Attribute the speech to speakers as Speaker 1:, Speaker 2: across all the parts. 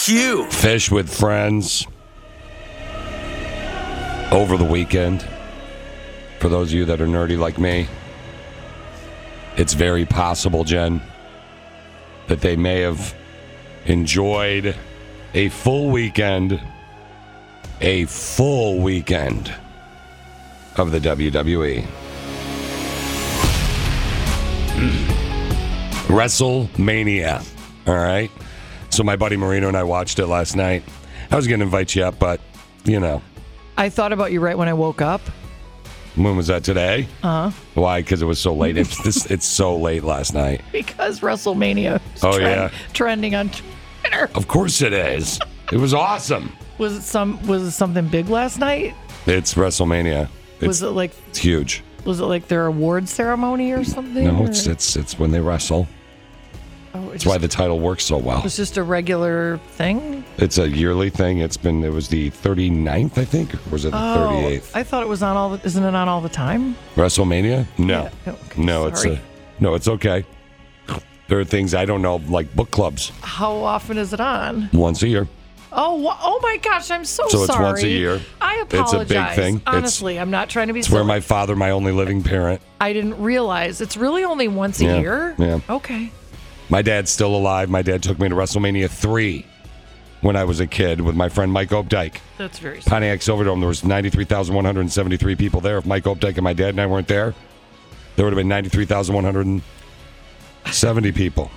Speaker 1: Q.
Speaker 2: Fish with friends over the weekend. For those of you that are nerdy like me, it's very possible, Jen, that they may have enjoyed a full weekend, a full weekend of the E. WWE. Hmm. WrestleMania. All right. So my buddy Marino and I watched it last night. I was going to invite you up, but you know,
Speaker 3: I thought about you right when I woke up.
Speaker 2: when was that today?
Speaker 3: Uh-huh.
Speaker 2: Uh huh. Why? Because it was so late. It's this. It's so late last night.
Speaker 3: because WrestleMania is
Speaker 2: Oh,
Speaker 3: trend-
Speaker 2: yeah.
Speaker 3: trending on Twitter.
Speaker 2: Of course it is. It was awesome.
Speaker 3: Was it some was it something big last night?
Speaker 2: It's WrestleMania. It's,
Speaker 3: was it like
Speaker 2: it's huge.
Speaker 3: was it like their award ceremony or something?
Speaker 2: No,
Speaker 3: or-
Speaker 2: it's it's it's when they wrestle.
Speaker 3: oh, it's
Speaker 2: That's why
Speaker 3: just,
Speaker 2: the title works so well.
Speaker 3: it's just a regular thing.
Speaker 2: It's a yearly thing. It's been it was the 39th, I think, or was it the
Speaker 3: Oh,
Speaker 2: 38th?
Speaker 3: I thought it was on all. The, isn't it on all the time?
Speaker 2: WrestleMania? No.
Speaker 3: Yeah, okay,
Speaker 2: no, it's
Speaker 3: sorry.
Speaker 2: a, no, it's okay. There are things I don't know, like book clubs,
Speaker 3: How often is it on?
Speaker 2: once a year.
Speaker 3: Oh, wha- oh my gosh! I'm so,
Speaker 2: So
Speaker 3: sorry.
Speaker 2: it's once a year.
Speaker 3: I
Speaker 2: It's a big
Speaker 3: apologize.
Speaker 2: thing. It's-
Speaker 3: Honestly, I'm not trying to be.
Speaker 2: It's where
Speaker 3: silly.
Speaker 2: my father, my only living parent.
Speaker 3: I didn't realize it's really only once a
Speaker 2: Yeah,
Speaker 3: year.
Speaker 2: yeah.
Speaker 3: Okay.
Speaker 2: My dad's still alive. My dad took me to WrestleMania three when I was a kid with my friend Mike Opdyke.
Speaker 3: That's very. s-
Speaker 2: Pontiac Silverdome, there was 93,173 people there. If Mike Opdyke and my dad and I weren't there, there would have been 93,170 people.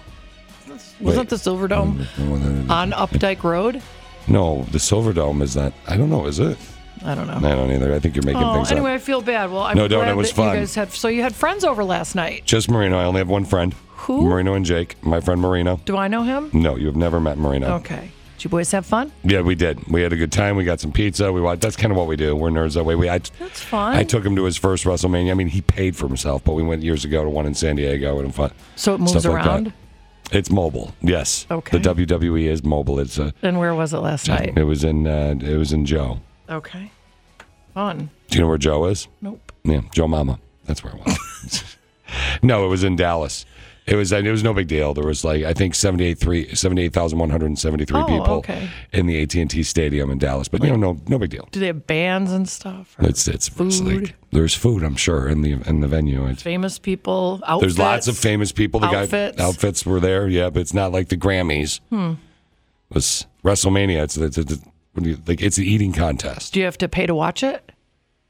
Speaker 3: Wasn't the
Speaker 2: Um,
Speaker 3: Silverdome on Updike Road?
Speaker 2: No, the Silverdome is that. I don't know, is it?
Speaker 3: I don't know.
Speaker 2: I don't either. I think you're making
Speaker 3: Oh,
Speaker 2: things
Speaker 3: anyway,
Speaker 2: up.
Speaker 3: I feel bad. Well, I'm
Speaker 2: No, don't.
Speaker 3: glad
Speaker 2: It was
Speaker 3: that
Speaker 2: fun.
Speaker 3: you guys had. So you had friends over last night.
Speaker 2: Just Marino. I only have one friend.
Speaker 3: Who?
Speaker 2: Marino and Jake. My friend Marino.
Speaker 3: Do I know him?
Speaker 2: No, you have never met Marino.
Speaker 3: Okay. Did you boys have fun?
Speaker 2: Yeah, we did. We had a good time. We got some pizza. We watched. That's kind of what we do. We're nerds that way. We I,
Speaker 3: That's fine.
Speaker 2: I took him to his first WrestleMania. I mean, he paid for himself, but we went years ago to one in San Diego and fun.
Speaker 3: so it moves
Speaker 2: stuff like that.
Speaker 3: around.
Speaker 2: It's mobile. Yes.
Speaker 3: Okay.
Speaker 2: The WWE is mobile. It's a.
Speaker 3: and where was it last night?
Speaker 2: It was in. Uh, it was in Joe.
Speaker 3: Okay. Fun.
Speaker 2: Do you know where Joe is?
Speaker 3: Nope.
Speaker 2: Yeah, Joe Mama. That's where it was. no, it was in Dallas. It was it was no big deal. There was like I think 78,3 78,173
Speaker 3: Oh,
Speaker 2: people
Speaker 3: okay.
Speaker 2: in the AT&T Stadium in Dallas, but you know no no big deal.
Speaker 3: Do they have bands and stuff? Or
Speaker 2: It's it's, it's like-
Speaker 3: Food.
Speaker 2: there's food, I'm sure, in the in the venue. It's,
Speaker 3: famous people. Outfits.
Speaker 2: there's lots of famous people. The
Speaker 3: Outfits.
Speaker 2: guy outfits were there. Yeah, but it's not like the Grammys. Hmm. It was WrestleMania. It's it's, it's, what do you- like it's an eating contest.
Speaker 3: Do you have to pay to watch it?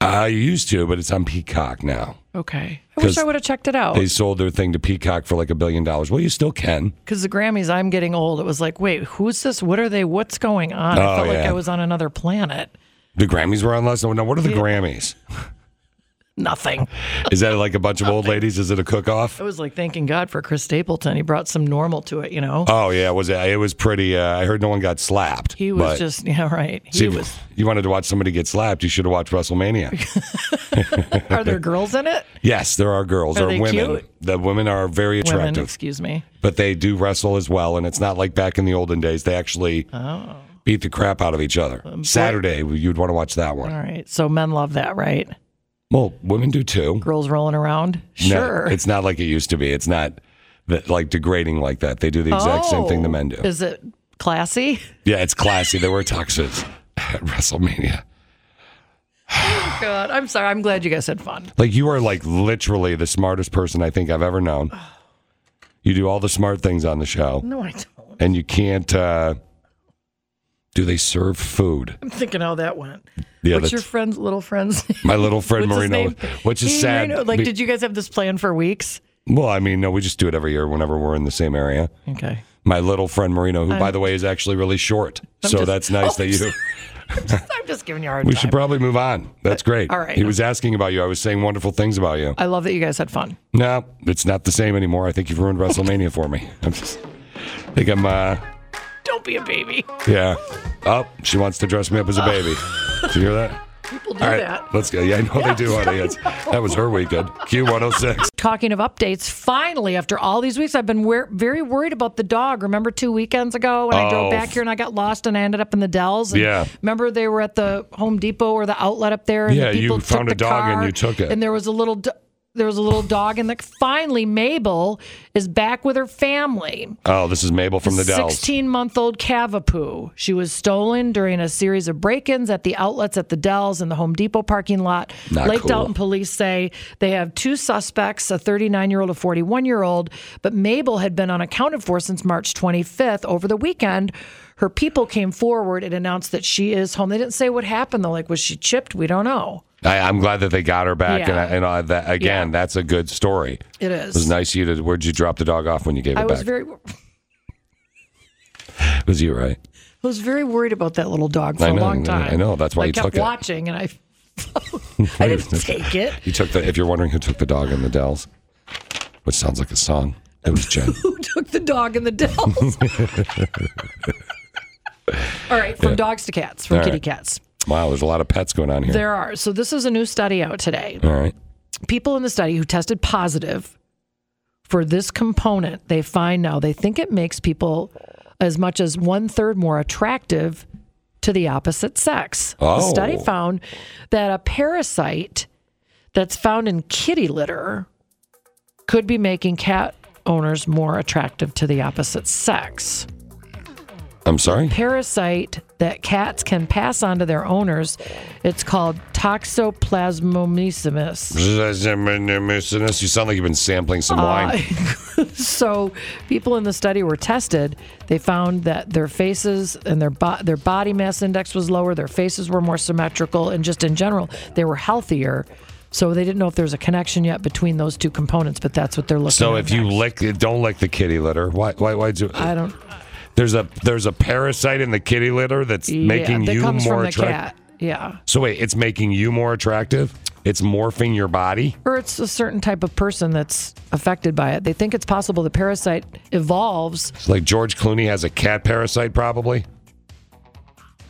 Speaker 2: I used to, but it's on Peacock now.
Speaker 3: Okay. I wish
Speaker 2: 'Cause
Speaker 3: I would have checked it out.
Speaker 2: They sold their thing to Peacock for like a billion dollars. Well, you still can.
Speaker 3: Because the Grammys, I'm getting old. It was like, wait, who's this? What are they? What's going on? I
Speaker 2: Oh,
Speaker 3: felt like
Speaker 2: yeah.
Speaker 3: I was on another planet.
Speaker 2: The Grammys were on last night. Now, what are the Grammys?
Speaker 3: Nothing.
Speaker 2: Is that like a bunch of old ladies? Is it a cook off?
Speaker 3: I was like thanking God for Chris Stapleton. He brought some normal to it, you know.
Speaker 2: Oh, yeah. It was, it was pretty. Uh, I heard no one got slapped.
Speaker 3: he was
Speaker 2: but-
Speaker 3: just yeah, right. He
Speaker 2: See,
Speaker 3: was.
Speaker 2: You wanted to watch somebody get slapped. You should have watched WrestleMania.
Speaker 3: Are there girls in it?
Speaker 2: yes, there are girls.
Speaker 3: Are
Speaker 2: there are
Speaker 3: they
Speaker 2: women.
Speaker 3: cute?
Speaker 2: The women are very
Speaker 3: Women,
Speaker 2: attractive,
Speaker 3: excuse me.
Speaker 2: but they do wrestle as well. And it's not like back in the olden days. They actually
Speaker 3: Oh.
Speaker 2: beat the crap out of each other.
Speaker 3: Um,
Speaker 2: Saturday, you'd want to watch that one.
Speaker 3: All right. So men love that, right?
Speaker 2: Well, women do too.
Speaker 3: Girls rolling around.
Speaker 2: No,
Speaker 3: Sure.
Speaker 2: it's not like it used to be. It's not that like degrading like that. They do the exact same
Speaker 3: Oh.
Speaker 2: thing the men do.
Speaker 3: Is it classy?
Speaker 2: Yeah, it's classy. They wear tuxes at WrestleMania.
Speaker 3: God, I'm sorry. I'm glad you guys had fun.
Speaker 2: Like you are like literally the smartest person I think I've ever known. You do all the smart things on the show,
Speaker 3: No, I don't.
Speaker 2: and you can't. uh Do they serve food?
Speaker 3: I'm thinking how that went.
Speaker 2: Yeah,
Speaker 3: What's
Speaker 2: that's
Speaker 3: your friend's little friend's name?
Speaker 2: my little friend
Speaker 3: What's his
Speaker 2: Marino.
Speaker 3: name?
Speaker 2: Which is
Speaker 3: Hey,
Speaker 2: sad.
Speaker 3: Marino, Like,
Speaker 2: be-
Speaker 3: did you guys have this plan for weeks?
Speaker 2: well, I mean, no, we just do it every year whenever we're in the same area.
Speaker 3: Okay.
Speaker 2: My little friend Marino, who by the way is actually really short, so
Speaker 3: just- Oh,
Speaker 2: that's nice that you.
Speaker 3: I'm just giving you a hard
Speaker 2: We
Speaker 3: time.
Speaker 2: should probably move on. That's great.
Speaker 3: all right.
Speaker 2: He was asking about you. I was saying wonderful things about you.
Speaker 3: I love that you guys had fun.
Speaker 2: No, it's not the same anymore. I think you've ruined WrestleMania for me. I'm just. I think I'm. uh
Speaker 3: Don't be a baby.
Speaker 2: Yeah. Oh, she wants to dress me up as a baby. Did you hear that?
Speaker 3: People do
Speaker 2: All right,
Speaker 3: that.
Speaker 2: let's go. Yeah, I know they do, honey. It's, that was her weekend. Q106.
Speaker 3: Talking of updates, finally, after all these weeks, I've been wer- very worried about the dog. Remember two weekends ago when I
Speaker 2: Oh.
Speaker 3: drove back here and I got lost and I ended up in the Dells? And
Speaker 2: Yeah.
Speaker 3: Remember they were at the Home Depot or the outlet up there? And
Speaker 2: Yeah,
Speaker 3: the people
Speaker 2: you found a
Speaker 3: took the
Speaker 2: dog and
Speaker 3: car
Speaker 2: you took it.
Speaker 3: And there was a little. Do- there was a little dog in the. Finally, Mabel is back with her family.
Speaker 2: Oh, this is Mabel from the Dells.
Speaker 3: 16 month old Cavapoo. She was stolen during a series of break ins at the outlets at the Dells and the Home Depot parking lot.
Speaker 2: Not
Speaker 3: Lake
Speaker 2: cool.
Speaker 3: Dalton police say they have two suspects, a 39 year old, a 41 year old, but Mabel had been unaccounted for since March 25th over the weekend. Her people came forward and announced that she is home. They didn't say what happened though. Like, was she chipped? We don't know.
Speaker 2: I, I'm glad that they got her back. And,
Speaker 3: Yeah.
Speaker 2: I, and I, that, again,
Speaker 3: Yeah.
Speaker 2: that's a good story.
Speaker 3: It
Speaker 2: It was
Speaker 3: is.
Speaker 2: nice of you to. Where'd you drop the dog off when you gave
Speaker 3: I
Speaker 2: it
Speaker 3: was
Speaker 2: back?
Speaker 3: very,
Speaker 2: it was you, right?
Speaker 3: I was very worried about that little dog for
Speaker 2: I
Speaker 3: a
Speaker 2: know,
Speaker 3: long
Speaker 2: I know,
Speaker 3: time.
Speaker 2: I know. That's why
Speaker 3: I
Speaker 2: you
Speaker 3: kept
Speaker 2: took it.
Speaker 3: watching, and I, I didn't take it.
Speaker 2: You took the. If you're wondering who took the dog in the Dells, which sounds like a song, it was Jen.
Speaker 3: who took the dog in the Dells. All right, from dogs to cats, from
Speaker 2: All
Speaker 3: kitty
Speaker 2: right.
Speaker 3: cats.
Speaker 2: wow, there's a lot of pets going on here.
Speaker 3: There are. So, this is a new study out today.
Speaker 2: All right.
Speaker 3: People in the study who tested positive for this component, they find now they think it makes people as much as one third more attractive to the opposite sex. The
Speaker 2: Oh.
Speaker 3: study found that a parasite that's found in kitty litter could be making cat owners more attractive to the opposite sex
Speaker 2: I'm sorry.
Speaker 3: parasite that cats can pass on to their owners. It's called toxoplasmosis.
Speaker 2: You sound like you've been sampling some wine.
Speaker 3: Uh, So, people in the study were tested. They found that their faces and their bo- their body mass index was lower. Their faces were more symmetrical, and just in general, they were healthier. So they didn't know if there was a connection yet between those two components, but that's what they're looking.
Speaker 2: So
Speaker 3: at
Speaker 2: if you
Speaker 3: next.
Speaker 2: lick, don't lick the kitty litter. Why? Why? Why do?
Speaker 3: I don't
Speaker 2: There's a there's a parasite in the kitty litter that's making
Speaker 3: yeah, that
Speaker 2: you
Speaker 3: comes
Speaker 2: more
Speaker 3: from the
Speaker 2: attractive.
Speaker 3: cat. Yeah,
Speaker 2: So wait, it's making you more attractive. It's morphing your body.
Speaker 3: or it's a certain type of person that's affected by it. They think it's possible the parasite evolves
Speaker 2: It's like George Clooney has a cat parasite, probably.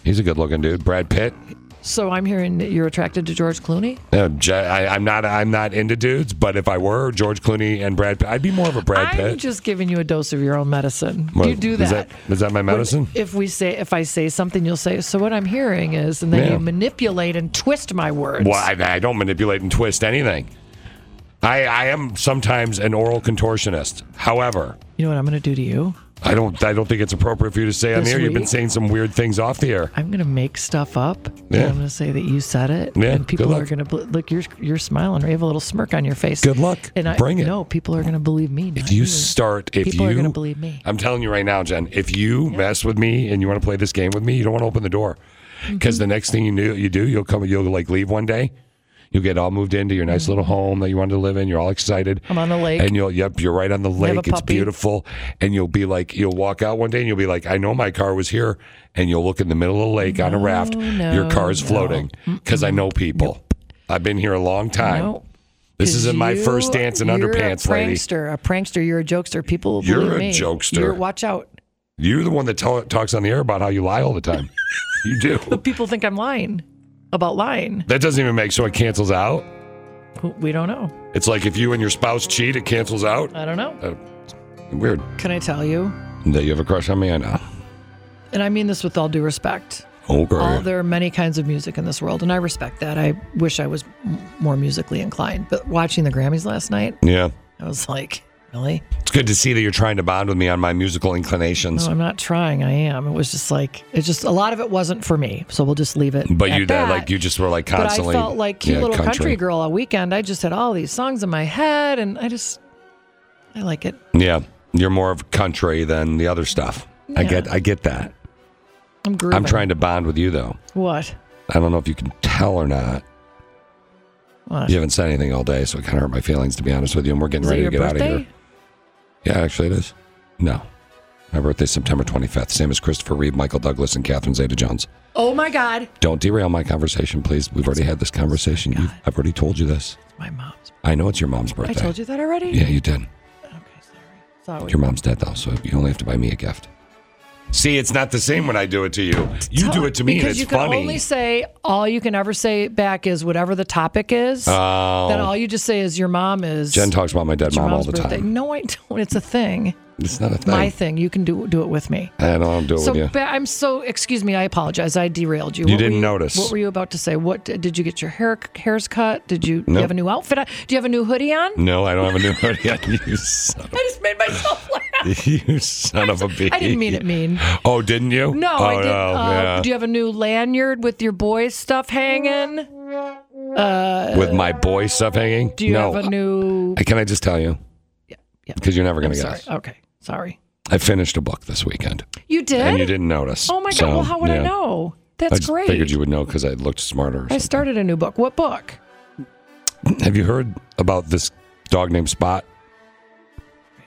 Speaker 2: He's a good looking dude. Brad Pitt.
Speaker 3: So I'm hearing that you're attracted to George Clooney.
Speaker 2: Uh, J- I, am not. I'm not into dudes. But if I were George Clooney and Brad, Pitt, I'd be more of a Brad
Speaker 3: I'm
Speaker 2: Pitt.
Speaker 3: just giving you a dose of your own medicine.
Speaker 2: What-
Speaker 3: you do
Speaker 2: is
Speaker 3: that.
Speaker 2: that- is that my medicine?
Speaker 3: If we say, if I say something, you'll say. So what I'm hearing is, and then
Speaker 2: Yeah.
Speaker 3: you manipulate and twist my words.
Speaker 2: Well, I, I don't manipulate and twist anything. I, I am sometimes an oral contortionist. However,
Speaker 3: You know what I'm going to do to you?
Speaker 2: I don't. I don't think it's appropriate for you to say on the
Speaker 3: This
Speaker 2: air. You've been
Speaker 3: week?
Speaker 2: saying some weird things off the air.
Speaker 3: I'm going to make stuff up.
Speaker 2: Yeah.
Speaker 3: And I'm going to say that you said it.
Speaker 2: Yeah,
Speaker 3: And people
Speaker 2: good luck.
Speaker 3: are going to bl- look. You're you're smiling. Or you have a little smirk on your face.
Speaker 2: Good luck.
Speaker 3: And I
Speaker 2: Bring it.
Speaker 3: No, people are going to believe me.
Speaker 2: If
Speaker 3: not
Speaker 2: you start, if
Speaker 3: People are
Speaker 2: you,
Speaker 3: gonna believe me.
Speaker 2: I'm telling you right now, Jen. If you mess with me and you want to play this game with me, you don't want to open the door
Speaker 3: Mm-hmm.
Speaker 2: because the next thing you knew, you do, you'll come, you'll like leave one day. You'll get all moved into your nice little home that you wanted to live in. You're all excited.
Speaker 3: Mm-hmm. I'm on the lake.
Speaker 2: And you'll, yep, you're right on the
Speaker 3: have a
Speaker 2: lake. It's
Speaker 3: puppy.
Speaker 2: beautiful. And you'll be like, you'll walk out one day and you'll be like, I know my car was here. And you'll look in the middle of the lake on a raft. your
Speaker 3: no,
Speaker 2: car's
Speaker 3: no.
Speaker 2: floating because I know people. I've been here a long time.
Speaker 3: No.
Speaker 2: This isn't my
Speaker 3: you-
Speaker 2: first dance in
Speaker 3: you're
Speaker 2: underpants,
Speaker 3: a
Speaker 2: lady.
Speaker 3: prankster, A prankster. You're a jokester. People will
Speaker 2: You're
Speaker 3: believe
Speaker 2: a
Speaker 3: me.
Speaker 2: jokester.
Speaker 3: You're- watch out.
Speaker 2: You're the one that tell, talks on the air about how you lie all the time. you do.
Speaker 3: People think I'm lying about lying.
Speaker 2: That doesn't even make so it cancels out.
Speaker 3: We don't know.
Speaker 2: It's like if you and your spouse cheat, it cancels out.
Speaker 3: I don't know.
Speaker 2: Weird.
Speaker 3: Can I tell you?
Speaker 2: That you have a crush on me, I know.
Speaker 3: And I mean this with all due respect.
Speaker 2: Okay.
Speaker 3: All there are many kinds of music in this world, and I respect that. I wish I was m- more musically inclined. But watching the Grammys last night,
Speaker 2: yeah.
Speaker 3: I was like, really?
Speaker 2: It's good to see that you're trying to bond with me on my musical inclinations.
Speaker 3: No, I'm not trying. I am. It was just like it's just a lot of it wasn't for me. So we'll just leave it.
Speaker 2: but
Speaker 3: at
Speaker 2: you
Speaker 3: that,
Speaker 2: that, like you just were like
Speaker 3: But I
Speaker 2: constantly.
Speaker 3: felt like cute
Speaker 2: Yeah,
Speaker 3: little country. girl all weekend. I just had all these songs in my head, and I just I like it.
Speaker 2: Yeah. You're more of country than the other stuff. I
Speaker 3: Yeah.
Speaker 2: get I get that.
Speaker 3: I'm grooving.
Speaker 2: I'm trying to bond with you though.
Speaker 3: What?
Speaker 2: I don't know if you can tell or not.
Speaker 3: What?
Speaker 2: You haven't said anything all day, so it kind of hurt my feelings to be honest with you. And we're getting
Speaker 3: Is it
Speaker 2: ready to
Speaker 3: your
Speaker 2: get out of
Speaker 3: birthday?
Speaker 2: here. Yeah, actually, it is. No. My birthday's September 25th, same as Christopher Reeve, Michael Douglas, and Catherine Zeta Jones.
Speaker 3: Oh my God!
Speaker 2: Don't derail my conversation, please. We've already had this conversation. You've, I've already told you this.
Speaker 3: It's my mom's.
Speaker 2: I know it's your mom's
Speaker 3: Oh I
Speaker 2: birthday.
Speaker 3: told you that already.
Speaker 2: Yeah, you did.
Speaker 3: Okay, sorry. Sorry.
Speaker 2: Your mom's dead, though, so you only have to buy me a gift. See, it's not the same when I do it to you. You do it to me, and
Speaker 3: because
Speaker 2: it's
Speaker 3: you can
Speaker 2: funny.
Speaker 3: only say all you can ever say back is whatever the topic is.
Speaker 2: Oh.
Speaker 3: Then all you just say is your mom is
Speaker 2: Jen talks about my dead
Speaker 3: your
Speaker 2: mom all
Speaker 3: mom's
Speaker 2: the
Speaker 3: birthday.
Speaker 2: time.
Speaker 3: No, I don't. It's a thing.
Speaker 2: It's not a thing.
Speaker 3: My thing. You can do do it with me.
Speaker 2: I don't do it
Speaker 3: So
Speaker 2: with you.
Speaker 3: ba- I'm so. Excuse me. I apologize. I derailed you.
Speaker 2: You
Speaker 3: What
Speaker 2: didn't
Speaker 3: were
Speaker 2: notice.
Speaker 3: What were you about to say? What did you get your hair hairs cut? Did you, do you
Speaker 2: Nope.
Speaker 3: have a new outfit? on? Do you have a new hoodie on?
Speaker 2: No, I don't have a new hoodie. on. You son
Speaker 3: I just made myself laugh.
Speaker 2: of, you son of a bee.
Speaker 3: I didn't mean it mean.
Speaker 2: Oh, didn't you?
Speaker 3: No,
Speaker 2: oh,
Speaker 3: I didn't.
Speaker 2: No,
Speaker 3: uh,
Speaker 2: yeah.
Speaker 3: Do you have a new lanyard with your boys stuff hanging?
Speaker 2: With my boy stuff hanging?
Speaker 3: Do you
Speaker 2: no.
Speaker 3: have a new?
Speaker 2: I- Can I just tell you?
Speaker 3: yeah.
Speaker 2: Because you're never going to
Speaker 3: Sorry.
Speaker 2: guess.
Speaker 3: Okay. Sorry.
Speaker 2: I finished a book this weekend,
Speaker 3: You
Speaker 2: and
Speaker 3: did.
Speaker 2: you didn't notice.
Speaker 3: oh my god.
Speaker 2: So,
Speaker 3: well, how would
Speaker 2: yeah.
Speaker 3: I know?
Speaker 2: I
Speaker 3: That's
Speaker 2: just
Speaker 3: great.
Speaker 2: figured you would know because I looked smarter. or
Speaker 3: I
Speaker 2: something.
Speaker 3: started a new book. What book?
Speaker 2: Have you heard about this dog named Spot?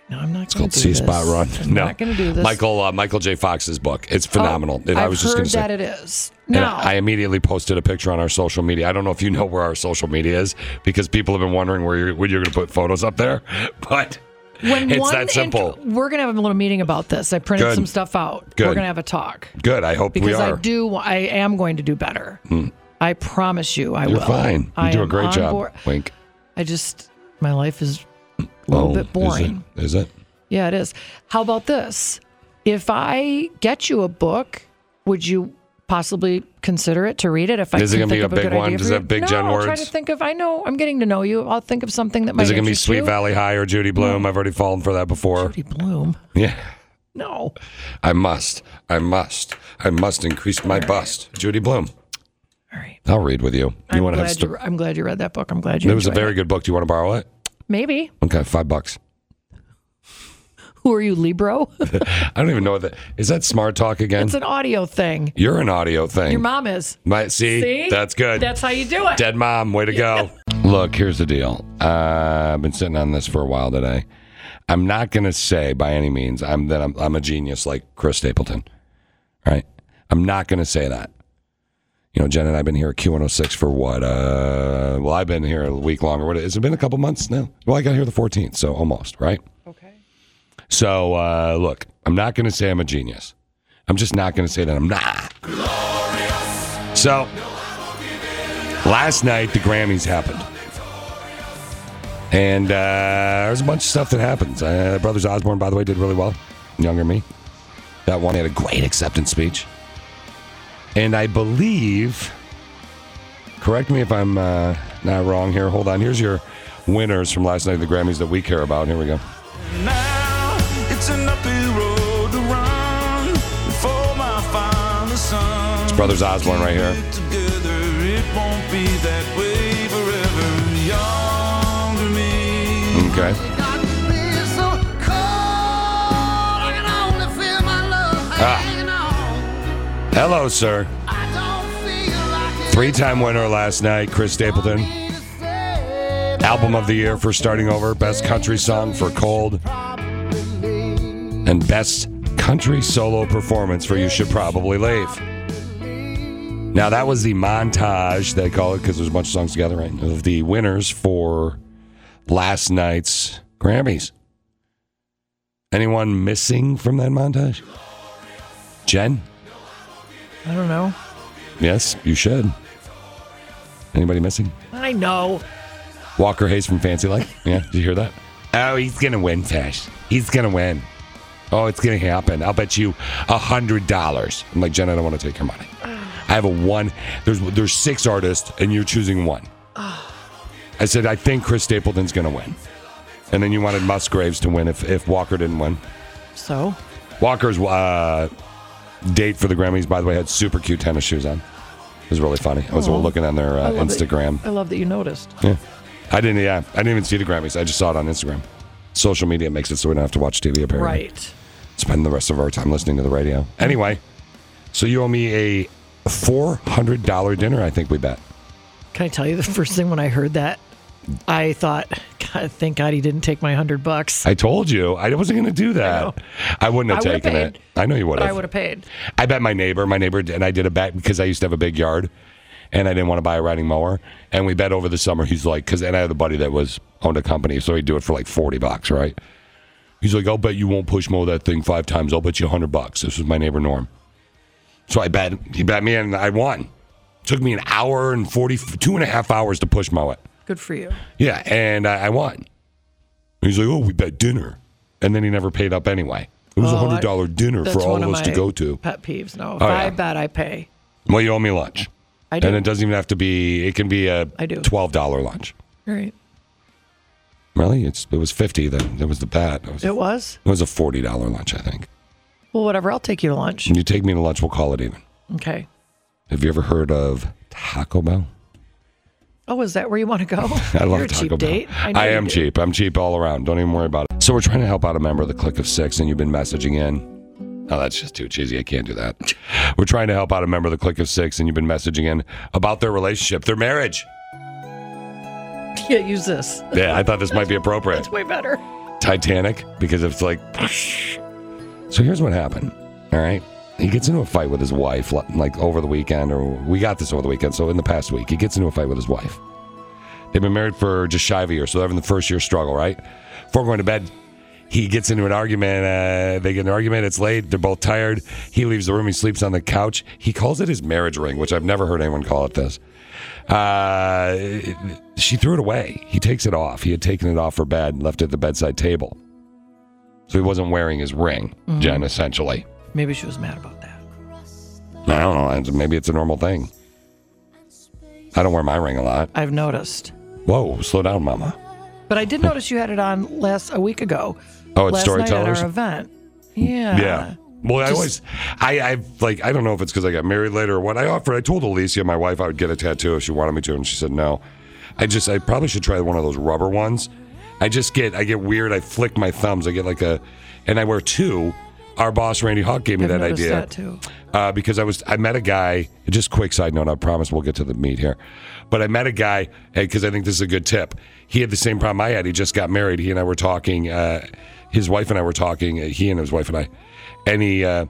Speaker 3: No, I'm not. It's
Speaker 2: called See Spot Run.
Speaker 3: I'm
Speaker 2: no,
Speaker 3: not going to do this.
Speaker 2: Michael uh, Michael J. Fox's book. It's
Speaker 3: Oh,
Speaker 2: phenomenal. And I
Speaker 3: I've
Speaker 2: was just
Speaker 3: heard
Speaker 2: going to say.
Speaker 3: that it is.
Speaker 2: and
Speaker 3: Now,
Speaker 2: I immediately posted a picture on our social media. I don't know if you know where our social media is because people have been wondering where you're, when you're going to put photos up there, but
Speaker 3: when
Speaker 2: it's
Speaker 3: one
Speaker 2: that simple.
Speaker 3: int- we're going to have a little meeting about this. I printed
Speaker 2: Good.
Speaker 3: some stuff out.
Speaker 2: Good.
Speaker 3: We're going to have a talk
Speaker 2: Good. I hope we
Speaker 3: because
Speaker 2: are. Hmm.
Speaker 3: I do. I am going to do better. I promise you, I
Speaker 2: You're
Speaker 3: will.
Speaker 2: fine. You
Speaker 3: I
Speaker 2: do a
Speaker 3: am
Speaker 2: great
Speaker 3: on
Speaker 2: job.
Speaker 3: board.
Speaker 2: Wink.
Speaker 3: I just my life is a little bit boring.
Speaker 2: Oh, Is it? Is it?
Speaker 3: Yeah, it is. How about this? If I get you a book, would you possibly consider it to read it? If I
Speaker 2: Is it gonna
Speaker 3: can
Speaker 2: be
Speaker 3: think
Speaker 2: a
Speaker 3: of
Speaker 2: big
Speaker 3: good
Speaker 2: one?
Speaker 3: idea
Speaker 2: Does
Speaker 3: for
Speaker 2: that
Speaker 3: you-
Speaker 2: big
Speaker 3: no,
Speaker 2: gen
Speaker 3: I'll Try
Speaker 2: words?
Speaker 3: to think of. I know I'm getting to know you. I'll think of something that might.
Speaker 2: Is it going to be
Speaker 3: interest
Speaker 2: Sweet
Speaker 3: you.
Speaker 2: Valley High or Judy Bloom? I've already fallen for that before.
Speaker 3: Judy Bloom.
Speaker 2: Yeah.
Speaker 3: No.
Speaker 2: I must. I must. I must increase my bust. Judy Bloom.
Speaker 3: All right.
Speaker 2: I'll read with you. You
Speaker 3: I'm
Speaker 2: want to have
Speaker 3: glad,
Speaker 2: st-
Speaker 3: you, I'm glad you read that book. I'm glad you.
Speaker 2: It was a
Speaker 3: enjoyed
Speaker 2: very
Speaker 3: it.
Speaker 2: good book. Do you want to borrow it?
Speaker 3: maybe.
Speaker 2: Okay, five bucks.
Speaker 3: Who are you, Libro?
Speaker 2: I don't even know what that is. That smart talk again?
Speaker 3: it's an audio thing.
Speaker 2: You're an audio thing.
Speaker 3: Your mom is.
Speaker 2: My, see,
Speaker 3: See?
Speaker 2: that's good.
Speaker 3: That's how you do it.
Speaker 2: Dead mom, way to go. Look, here's the deal. Uh, I've been sitting on this for a while today. I'm not going to say by any means I'm that I'm, I'm a genius like Chris Stapleton. All right? I'm not going to say that. You know, Jen and I've been here at Q106 for what? Uh, well, I've been here a week longer. What has it been a couple months now? Well, I got here the 14th, so almost, right?
Speaker 3: Okay.
Speaker 2: So, uh, look, I'm not going to say I'm a genius. I'm just not going to say that I'm not. So, last night the Grammys happened. And uh, there's a bunch of stuff that happens. Uh, Brothers Osborne, by the way, did really well. Younger than me. That one had a great acceptance speech. And I believe, correct me if I'm uh, not wrong here. Hold on. Here's your winners from last night of the Grammys that we care about. Here we go.
Speaker 1: Now it's an uphill road to run before my final son. It's
Speaker 2: Brothers Osborne right here.
Speaker 1: Together, it won't be that way forever. Yonder me.
Speaker 2: Okay. Hello, sir. Three time winner last night, Chris Stapleton. Album of the year for Starting Over, Best Country Song for Cold, and Best Country Solo Performance for You Should Probably Leave. Now, that was the montage, they call it, because there's a bunch of songs together, right? Of the winners for last night's Grammys. Anyone missing from that montage? Jen?
Speaker 3: I don't know.
Speaker 2: Yes, you should. Anybody missing?
Speaker 3: I know.
Speaker 2: Walker Hayes from Fancy Life. Yeah, did you hear that? Oh, he's gonna win, Tash. He's gonna win. Oh, it's gonna happen. I'll bet you a hundred dollars. I'm like, Jen, I don't want to take your money. I have a one. There's there's six artists, and you're choosing one. I said, I think Chris Stapleton's gonna win, and then you wanted Musgraves to win if if Walker didn't win.
Speaker 3: So
Speaker 2: Walker's uh, date for the Grammys, by the way, had super cute tennis shoes on. It was really funny. I was
Speaker 3: Aw.
Speaker 2: looking on their
Speaker 3: I
Speaker 2: uh,
Speaker 3: love that-
Speaker 2: Instagram.
Speaker 3: I love that you noticed.
Speaker 2: Yeah. I didn't. Yeah, I didn't even see the Grammys. I just saw it on Instagram. Social media makes it so we don't have to watch TV. Apparently,
Speaker 3: Right.
Speaker 2: Spend the rest of our time listening to the radio. Anyway, so you owe me a four hundred dollar dinner. I think we bet.
Speaker 3: Can I tell you the first thing when I heard that? I thought, God, thank God he didn't take my hundred bucks.
Speaker 2: I told you I wasn't going to do
Speaker 3: know.
Speaker 2: that. I, wouldn't have
Speaker 3: I would've
Speaker 2: taken it.
Speaker 3: paid.
Speaker 2: I know you would
Speaker 3: but I
Speaker 2: have.
Speaker 3: would have paid.
Speaker 2: I bet my neighbor, my neighbor, and I did a bet because I used to have a big yard, and I didn't want to buy a riding mower. And we bet over the summer. He's like, because and I had a buddy that was owned a company, so he'd do it for like forty bucks, right? He's like, I'll bet you won't push mow that thing five times. I'll bet you hundred bucks. This was my neighbor Norm. So I bet he bet me, and I won. Took me an hour and forty two and a half hours to push mow it.
Speaker 3: Good for you.
Speaker 2: Yeah, and I, I won. He's like, oh, we bet dinner. and then he never paid up anyway. It was a hundred dollar dinner
Speaker 3: Oh, That's
Speaker 2: for all
Speaker 3: one
Speaker 2: of us to
Speaker 3: my
Speaker 2: go to.
Speaker 3: Pet peeves. No, if
Speaker 2: Oh, yeah.
Speaker 3: I bet I pay.
Speaker 2: Well, you owe me lunch,
Speaker 3: I do.
Speaker 2: and it doesn't even have to be. It can be a
Speaker 3: I do.
Speaker 2: twelve dollar lunch.
Speaker 3: Right.
Speaker 2: Really, it's it was fifty. Then that was the bet. It was,
Speaker 3: It was.
Speaker 2: it was a forty dollar lunch, I think.
Speaker 3: Well, whatever. I'll take you to lunch.
Speaker 2: And you take me to lunch, we'll call it even.
Speaker 3: Okay.
Speaker 2: Have you ever heard of Taco Bell?
Speaker 3: Oh, is that where you want to go?
Speaker 2: I love
Speaker 3: You're a
Speaker 2: Taco
Speaker 3: cheap
Speaker 2: Bell.
Speaker 3: date.
Speaker 2: I,
Speaker 3: know you
Speaker 2: am
Speaker 3: do.
Speaker 2: cheap. I'm cheap all around. Don't even worry about it. So we're trying to help out a member of the Click of Six, and you've been messaging in. Oh, that's just too cheesy. I can't do that. We're trying to help out a member of the Click of Six, and you've been messaging in about their relationship, their marriage.
Speaker 3: Yeah, use this.
Speaker 2: Yeah, I thought this might be appropriate.
Speaker 3: It's way better.
Speaker 2: Titanic, because it's like. So here's what happened. All right. He gets into a fight with his wife, li- like over the weekend, or we got this over the weekend. So in the past week, he gets into a fight with his wife. They've been married for just shy of a year, so they're having the first year struggle, right? Before going to bed, he gets into an argument. Uh, they get in an argument. It's late. They're both tired. He leaves the room. He sleeps on the couch. He calls it his marriage ring, which I've never heard anyone call it this. Uh, she threw it away. He takes it off. He had taken it off her bed and left it at the bedside table. So he wasn't wearing his ring, Jen, essentially.
Speaker 3: Maybe she was mad about that.
Speaker 2: I don't know. it's- Maybe it's a normal thing. I don't wear my ring a lot.
Speaker 3: I've noticed.
Speaker 2: Whoa, slow down, mama.
Speaker 3: But I did notice you had it on last a week ago.
Speaker 2: Oh, it's
Speaker 3: last night at
Speaker 2: storytellers?
Speaker 3: our event. Yeah.
Speaker 2: Yeah. Well, I
Speaker 3: Just-
Speaker 2: always, I, I like, I don't know if it's because I got married later or what. I offered, I told Alicia, my wife, I would get a tattoo if she wanted me to, and she said no. I just, I probably should try one of those rubber ones. I just get, I get weird. I flick my thumbs. I get like a, and I wear two. Our boss Randy Hawk gave me
Speaker 3: I've
Speaker 2: that
Speaker 3: noticed
Speaker 2: idea
Speaker 3: that too.
Speaker 2: uh, because I was I met a guy. Just quick side note. I promise we'll get to the meat here, but I met a guy because I think this is a good tip. He had the same problem I had. He just got married. He and I were talking. Uh, his wife and I were talking. uh, He and his wife and I, and he uh,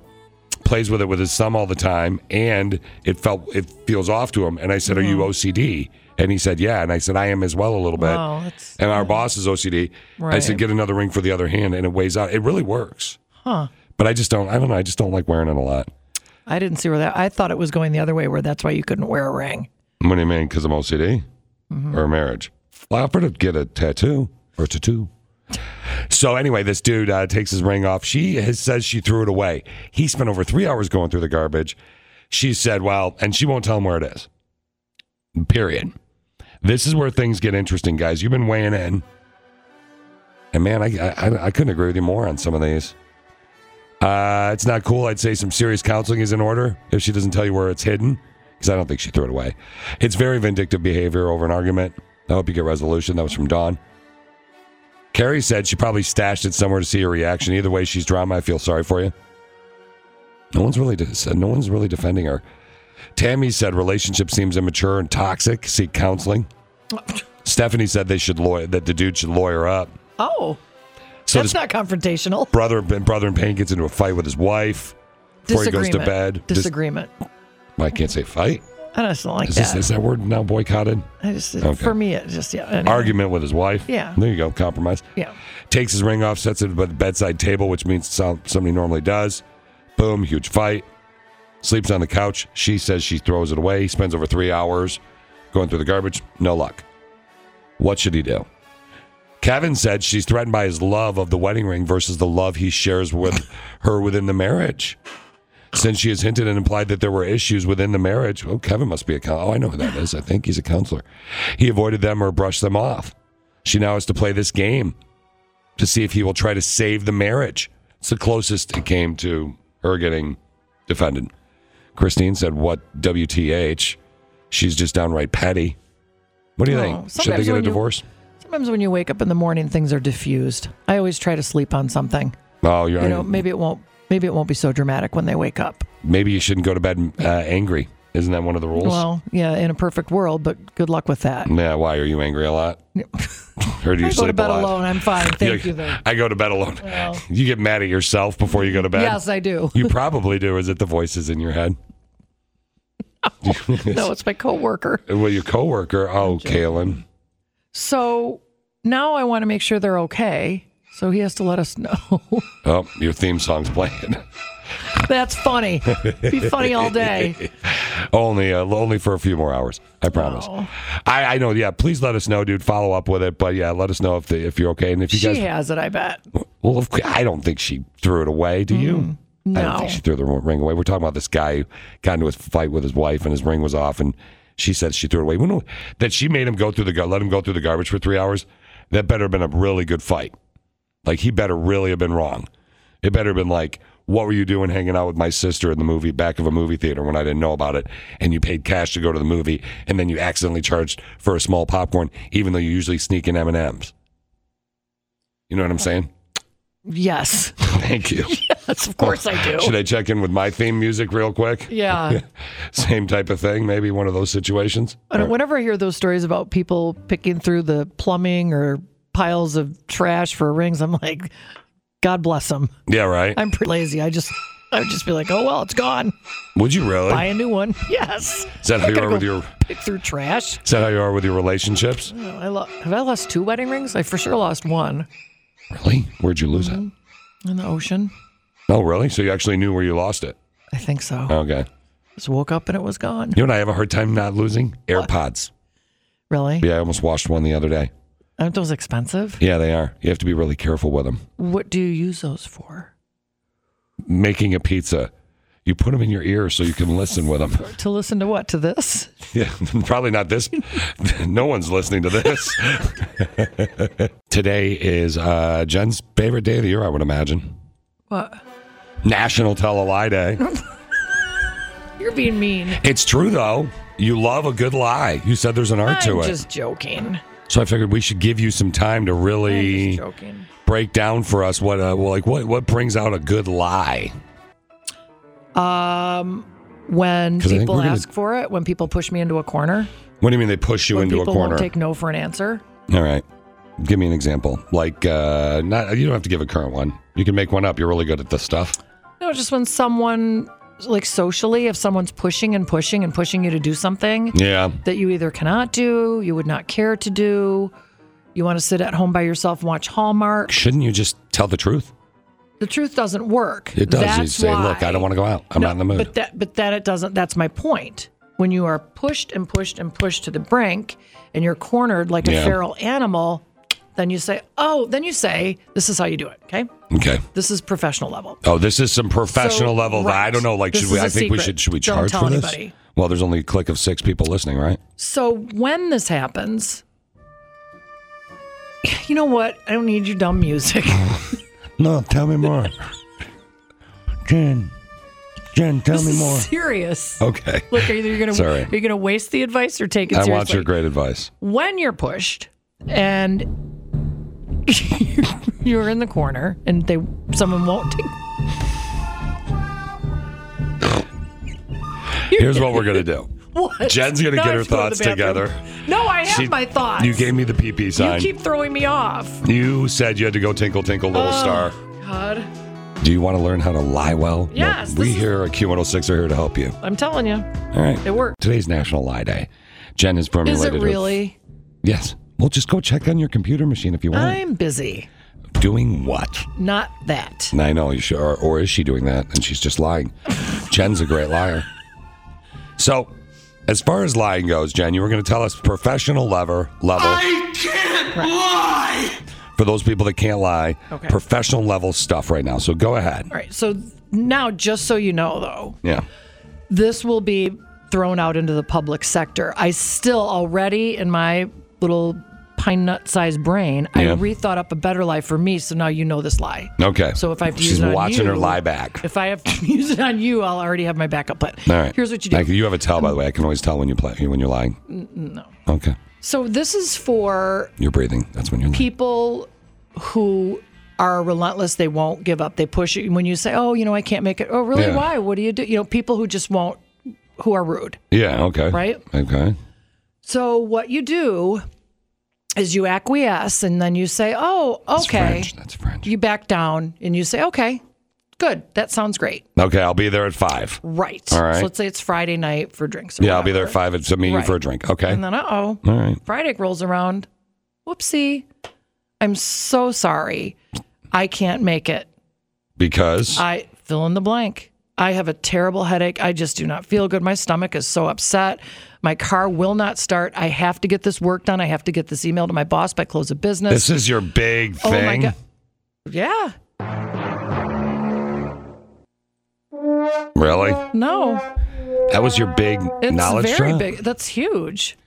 Speaker 2: plays with it with his thumb all the time, and it felt it feels off to him. And I said, "Are
Speaker 3: Mm-hmm.
Speaker 2: you OCD?" And he said, "Yeah." And I said, "I am as well a little bit."
Speaker 3: Wow, Oh, that's-
Speaker 2: and our boss is OCD. I said,
Speaker 3: Right.
Speaker 2: "Get another ring for the other hand," and it weighs out. It really works. Huh. But I just don't. I don't know. I just don't like wearing it a lot.
Speaker 3: I didn't see where that. I thought it was going the other way, where that's why you couldn't wear a ring.
Speaker 2: What do you mean? Because I'm OCD or marriage? Well, I offered to get a tattoo or a tattoo. So anyway, this dude uh, takes his ring off. She has, says she threw it away. He spent over three hours going through the garbage. She said, "Well," and she won't tell him where it is. Period. This is where things get interesting, guys. You've been weighing in, and man, I I, I couldn't agree with you more on some of these. Uh, it's not cool. I'd say some serious counseling is in order if she doesn't tell you where it's hidden, because I don't think she threw it away. It's very vindictive behavior over an argument. I hope you get resolution. That was from Dawn. Carrie said she probably stashed it somewhere to see her reaction. Either way, she's drama. I feel sorry for you. No one's really de- said- no one's really defending her. Tammy said relationship seems immature and toxic. Seek counseling. Stephanie said they should lawyer that the dude should lawyer up.
Speaker 3: Oh,
Speaker 2: So
Speaker 3: that's
Speaker 2: does
Speaker 3: not confrontational.
Speaker 2: brother brother in pain gets into a fight with his wife. Before he goes
Speaker 3: Disagreement.
Speaker 2: to bed, dis-
Speaker 3: Disagreement.
Speaker 2: I can't say fight.
Speaker 3: I just don't like
Speaker 2: Is,
Speaker 3: that.
Speaker 2: this, is that word now boycotted?
Speaker 3: I just
Speaker 2: Okay.
Speaker 3: for me, it just yeah. anyway.
Speaker 2: Argument with his wife.
Speaker 3: Yeah.
Speaker 2: There you go. Compromise.
Speaker 3: Yeah.
Speaker 2: Takes his ring off, sets it by the bedside table, which means so- somebody normally does. Boom, huge fight. Sleeps on the couch. She says she throws it away. He spends over three hours going through the garbage. No luck. What should he do? Kevin said she's threatened by his love of the wedding ring versus the love he shares with her within the marriage. Since she has hinted and implied that there were issues within the marriage, oh, Kevin must be a counselor. Oh, I know who that is. I think he's a counselor. He avoided them or brushed them off. She now has to play this game to see if he will try to save the marriage. It's the closest it came to her getting defended. Christine said, What WTH? She's just downright petty. What do you
Speaker 3: Oh,
Speaker 2: think? Should they
Speaker 3: sometimes
Speaker 2: get a
Speaker 3: when you-
Speaker 2: divorce?
Speaker 3: Sometimes when you wake up in the morning, things are diffused. I always try to sleep on something.
Speaker 2: Oh, you're
Speaker 3: You know, maybe it won't. Maybe it won't be so dramatic when they wake up.
Speaker 2: maybe you shouldn't go to bed uh, angry. Isn't that one of the rules?
Speaker 3: Well, yeah, in a perfect world, but good luck with that.
Speaker 2: yeah. Why are you angry a lot? Or do you
Speaker 3: I go
Speaker 2: sleep
Speaker 3: to bed
Speaker 2: a lot?
Speaker 3: alone. I'm fine. Thank
Speaker 2: Yeah,
Speaker 3: you. Though.
Speaker 2: I go to bed alone. you get mad at yourself before you go to bed.
Speaker 3: Yes, I do.
Speaker 2: you probably do. Is it the voices in your head?
Speaker 3: No, it's my coworker.
Speaker 2: Well, your coworker. Oh, Kalen.
Speaker 3: So now I want to make sure they're okay. So he has to let us know.
Speaker 2: Oh, your theme song's playing.
Speaker 3: That's funny. Be funny all day.
Speaker 2: only, uh, only for a few more hours. I promise. I, I know. Yeah. Please let us know, dude. Follow up with it. But yeah, let us know if the, if you're okay and if you
Speaker 3: She
Speaker 2: guys.
Speaker 3: has it, I bet.
Speaker 2: Well, of course, I don't think she threw it away. Do you? I don't think she threw the ring away. We're talking about this guy who got into a fight with his wife, and his ring was off, and she said she threw it away. We know that she made him go through the gar- let him go through the garbage for three hours. That better have been a really good fight. Like he better really have been wrong. It better have been like, what were you doing hanging out with my sister in the movie back of a movie theater when I didn't know about it and you paid cash to go to the movie and then you accidentally charged for a small popcorn even though you usually sneak in M&Ms. You know what I'm saying?
Speaker 3: Yes.
Speaker 2: Thank you.
Speaker 3: Yes, of course I do.
Speaker 2: Should I check in with my theme music real quick?
Speaker 3: Yeah.
Speaker 2: Same type of thing, maybe one of those situations.
Speaker 3: And whenever I hear those stories about people picking through the plumbing or piles of trash for rings, I'm like, God bless them.
Speaker 2: Yeah, right.
Speaker 3: I'm pretty lazy. I just, I would just be like, oh well, it's gone.
Speaker 2: Would you really?
Speaker 3: Buy a new one. Yes.
Speaker 2: Is that how
Speaker 3: I'm
Speaker 2: you
Speaker 3: gonna
Speaker 2: are with
Speaker 3: go
Speaker 2: your
Speaker 3: pick through trash?
Speaker 2: Is that how you are with your relationships?
Speaker 3: No, I lo- have I lost two wedding rings? I for sure lost one
Speaker 2: Really? Where'd you lose it?
Speaker 3: in the ocean.
Speaker 2: Oh, really? So you actually knew where you lost it?
Speaker 3: I think so.
Speaker 2: Okay.
Speaker 3: Just woke up and it was gone.
Speaker 2: You know what I have a hard time not losing? AirPods.
Speaker 3: Really?
Speaker 2: Yeah, I almost washed one the other day.
Speaker 3: Aren't those expensive?
Speaker 2: Yeah, they are. You have to be really careful with them.
Speaker 3: What do you use those for?
Speaker 2: Making a pizza, you put them in your ear so you can listen with them.
Speaker 3: To listen to what? To this?
Speaker 2: Yeah, probably not this. no one's listening to this. Today is uh, Jen's favorite day of the year, I would imagine.
Speaker 3: What?
Speaker 2: National Tell a Lie Day.
Speaker 3: You're being mean.
Speaker 2: it's true, though. You love a good lie. You said there's an art to
Speaker 3: I'm
Speaker 2: it.
Speaker 3: just joking.
Speaker 2: so I figured we should give you some time to
Speaker 3: I'm
Speaker 2: really.
Speaker 3: just joking.
Speaker 2: break down for us what uh, well, like what what brings out a good lie.
Speaker 3: Um, When
Speaker 2: 'Cause I think
Speaker 3: people
Speaker 2: we're gonna-
Speaker 3: ask for it, when people push me into a corner,
Speaker 2: What do you mean they push you
Speaker 3: when
Speaker 2: into a
Speaker 3: people
Speaker 2: corner?
Speaker 3: won't take no for an answer.
Speaker 2: All right. Give me an example. Like uh not you don't have to give a current one. You can make one up. You're really good at this stuff.
Speaker 3: No, just when someone, like socially, if someone's pushing and pushing and pushing you to do something
Speaker 2: Yeah.
Speaker 3: that you either cannot do, you would not care to do, you want to sit at home by yourself and watch Hallmark,
Speaker 2: Shouldn't you just tell the truth?
Speaker 3: the truth doesn't work.
Speaker 2: It does.
Speaker 3: That's
Speaker 2: you say,
Speaker 3: why.
Speaker 2: look, I don't want to go out. I'm not in the mood.
Speaker 3: But that, but then it doesn't. That's my point. When you are pushed and pushed and pushed to the brink, and you're cornered like a
Speaker 2: Yeah.
Speaker 3: feral animal, then you say, "Oh," then you say, "This is how you do it." Okay,
Speaker 2: okay.
Speaker 3: this is professional level.
Speaker 2: Oh, this is some professional
Speaker 3: So,
Speaker 2: level. that I
Speaker 3: right.
Speaker 2: don't know. Like,
Speaker 3: This
Speaker 2: should we?
Speaker 3: is
Speaker 2: I
Speaker 3: a
Speaker 2: think we
Speaker 3: secret.
Speaker 2: should. Should we
Speaker 3: Don't
Speaker 2: charge
Speaker 3: tell
Speaker 2: for this?
Speaker 3: anybody.
Speaker 2: Well, there's only a click of six people listening, right?
Speaker 3: So when this happens, you know what? I don't need your dumb music.
Speaker 2: No, tell me more, Jen. Jen, tell
Speaker 3: this is serious.
Speaker 2: Okay.
Speaker 3: Look, are you gonna
Speaker 2: Sorry.
Speaker 3: are you gonna waste the advice or take it
Speaker 2: I
Speaker 3: seriously?
Speaker 2: want your great advice.
Speaker 3: when you're pushed and you're in the corner and they someone won't take
Speaker 2: Here's what we're gonna do.
Speaker 3: what?
Speaker 2: Jen's gonna
Speaker 3: Now
Speaker 2: get
Speaker 3: I
Speaker 2: her
Speaker 3: have to go to
Speaker 2: thoughts
Speaker 3: the bathroom. No, I have
Speaker 2: She-
Speaker 3: my thoughts.
Speaker 2: You gave me the PP
Speaker 3: You
Speaker 2: sign. You,
Speaker 3: keep throwing me off. Oh,
Speaker 2: said you had to go tinkle tinkle little star.
Speaker 3: God,
Speaker 2: Do you want to learn how to lie well?
Speaker 3: Yes,
Speaker 2: we
Speaker 3: this is-
Speaker 2: here at Q106 are here to help you.
Speaker 3: I'm telling you,
Speaker 2: All right.
Speaker 3: it worked.
Speaker 2: Today's National Lie Day. Jen is
Speaker 3: Is
Speaker 2: formulated.
Speaker 3: it really?
Speaker 2: With, yes. Well, just go check on your computer machine if you want.
Speaker 3: I'm busy.
Speaker 2: Doing what?
Speaker 3: Not that.
Speaker 2: And I know you should, or, or is she doing that? And she's just lying. Jen's a great liar. So, as far as lying goes, Jen, you were going to tell us professional lever level. I can't lie. For those people that can't lie,
Speaker 3: Okay.
Speaker 2: professional level stuff right now. So go ahead.
Speaker 3: All right. So now, just so you know, though,
Speaker 2: Yeah.
Speaker 3: this will be thrown out into the public sector. I still already in my little pine nut sized brain,
Speaker 2: Yeah.
Speaker 3: I rethought up a better lie for me. So now you know this lie.
Speaker 2: Okay.
Speaker 3: So if I have to
Speaker 2: she's
Speaker 3: use it on
Speaker 2: watching her
Speaker 3: you-
Speaker 2: lie back.
Speaker 3: If I have to use it on you, I'll already have my backup. But
Speaker 2: All right.
Speaker 3: here's what you do.
Speaker 2: I, you have a tell, by the way. I can always tell when you play when you're lying. No. Okay.
Speaker 3: so this is for
Speaker 2: You're breathing. That's when you're. lying.
Speaker 3: people who are relentless. They won't give up. They push you. When you say, "Oh, you know, I can't make it." Oh, really?
Speaker 2: Yeah.
Speaker 3: Why? What do you do? You know, people who just won't, who are rude.
Speaker 2: Yeah. Okay.
Speaker 3: Right?
Speaker 2: Okay.
Speaker 3: So what you do is you acquiesce and then you say, "Oh,
Speaker 2: That's
Speaker 3: okay."
Speaker 2: French. That's French.
Speaker 3: You back down and you say, "Okay, good. That sounds great."
Speaker 2: Okay. I'll be there at five.
Speaker 3: Right.
Speaker 2: All right.
Speaker 3: So let's say it's Friday night for drinks. Or
Speaker 2: Yeah, I'll be there at
Speaker 3: whatever.
Speaker 2: five. It's a meeting
Speaker 3: Right.
Speaker 2: for a drink. Okay.
Speaker 3: And then, uh oh,
Speaker 2: All right.
Speaker 3: Friday rolls around. Whoopsie. I'm so sorry. I can't make it.
Speaker 2: Because
Speaker 3: I fill in the blank. I have a terrible headache. I just do not feel good. My stomach is so upset. My car will not start. I have to get this work done. I have to get this email to Oh my boss by close of business.
Speaker 2: this is your big thing.
Speaker 3: Oh my god. Yeah.
Speaker 2: Really?
Speaker 3: No.
Speaker 2: That was your big
Speaker 3: It's
Speaker 2: knowledge
Speaker 3: very
Speaker 2: drop?
Speaker 3: big. That's huge.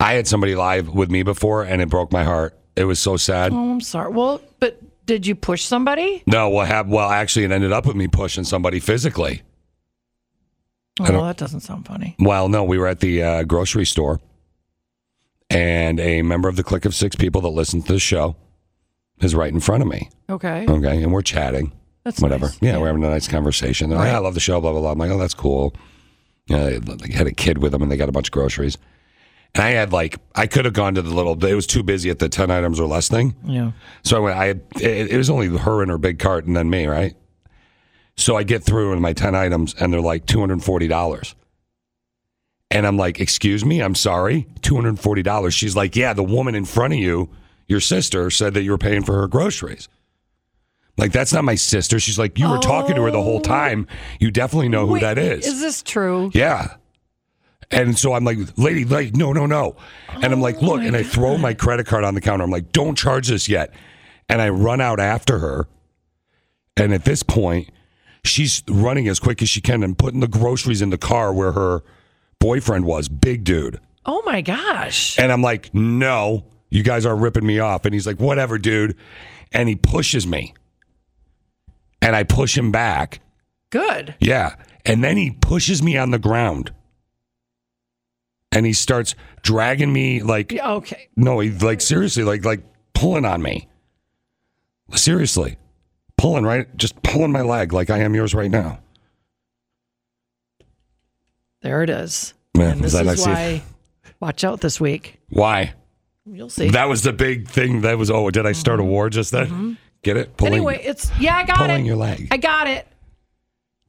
Speaker 2: I had somebody live with me before and it broke my heart. It was so sad.
Speaker 3: Oh, I'm sorry. Well, but did you push somebody?
Speaker 2: No, well, have, well, actually, it ended up with me pushing somebody physically.
Speaker 3: Oh,
Speaker 2: don't-
Speaker 3: that doesn't sound funny.
Speaker 2: Well, no, we were at the uh, grocery store, and a member of the clique of six people that listen to the show is right in front of me.
Speaker 3: Okay.
Speaker 2: Okay, and we're chatting,
Speaker 3: That's
Speaker 2: Uh, whatever.
Speaker 3: nice.
Speaker 2: Yeah, we're having a nice conversation. They're like, "Yeah, I love the show, blah blah blah. I'm like, oh, that's cool. You know, they they had a kid with them, and they got a bunch of groceries. And I had like, I could have gone to the little. It was too busy at the ten items or less thing.
Speaker 3: Yeah.
Speaker 2: So I went, I it, it was only her and her big cart and then me, right? So I get through and my 10 items and they're like $240. And I'm like, excuse me, I'm sorry, $240. She's like, yeah, the woman in front of you, your sister, said that you were paying for her groceries. Like, that's not my sister. She's like, you were talking to her the whole time. You definitely know who
Speaker 3: Wait,
Speaker 2: that is.
Speaker 3: Is this true?
Speaker 2: Yeah. And so I'm like, lady, like, no, no, no. And I'm like, look, and I throw my credit card on the counter. I'm like, don't charge this yet. And I run out after her. And at this point, she's running as quick as she can and putting the groceries in the car where her boyfriend was, big dude.
Speaker 3: Oh my gosh.
Speaker 2: And I'm like, no, you guys are ripping me off. And he's like, whatever, dude. And he pushes me. And I push him back.
Speaker 3: Good.
Speaker 2: Yeah. And then he pushes me on the ground. And he starts dragging me like
Speaker 3: Yeah, okay.
Speaker 2: no, he like seriously, like like pulling on me. Seriously. Pulling right just pulling my leg like I am yours right now.
Speaker 3: There it is.
Speaker 2: Yeah,
Speaker 3: and
Speaker 2: is
Speaker 3: this
Speaker 2: that
Speaker 3: is
Speaker 2: I see-
Speaker 3: why watch out this week.
Speaker 2: Why?
Speaker 3: You'll see.
Speaker 2: That was the big thing that was oh, did I start a war just then? Get it? Pulling
Speaker 3: Mm-hmm. anyway, it's yeah, I got
Speaker 2: pulling
Speaker 3: it.
Speaker 2: your leg.
Speaker 3: I got it.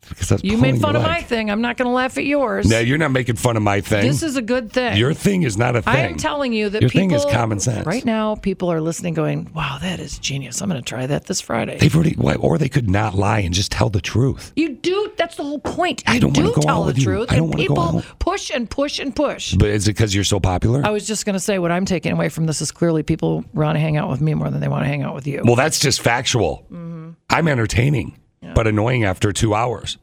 Speaker 2: because that's
Speaker 3: You
Speaker 2: pulling
Speaker 3: made fun
Speaker 2: your
Speaker 3: of my
Speaker 2: leg.
Speaker 3: thing. I'm not going to laugh at yours.
Speaker 2: No, you're not making fun of my thing.
Speaker 3: this is a good thing.
Speaker 2: your thing is not a thing.
Speaker 3: I am telling you that
Speaker 2: Your
Speaker 3: people,
Speaker 2: thing is common sense.
Speaker 3: Right now, people are listening, going, "Wow, that is genius! I'm going to try that this Friday."
Speaker 2: They've already, why- or they could not lie and just tell the truth.
Speaker 3: you do. That's the whole point. You
Speaker 2: I don't wanna
Speaker 3: do
Speaker 2: go
Speaker 3: tell
Speaker 2: out
Speaker 3: the
Speaker 2: with you.
Speaker 3: truth,
Speaker 2: I don't
Speaker 3: and
Speaker 2: wanna go
Speaker 3: people
Speaker 2: out.
Speaker 3: push and push and push.
Speaker 2: But is it because you're so popular?
Speaker 3: I was just going to say what I'm taking away from this is clearly people want to hang out with me more than they want to hang out with you.
Speaker 2: well, that's just factual. I'm entertaining, but annoying after two hours.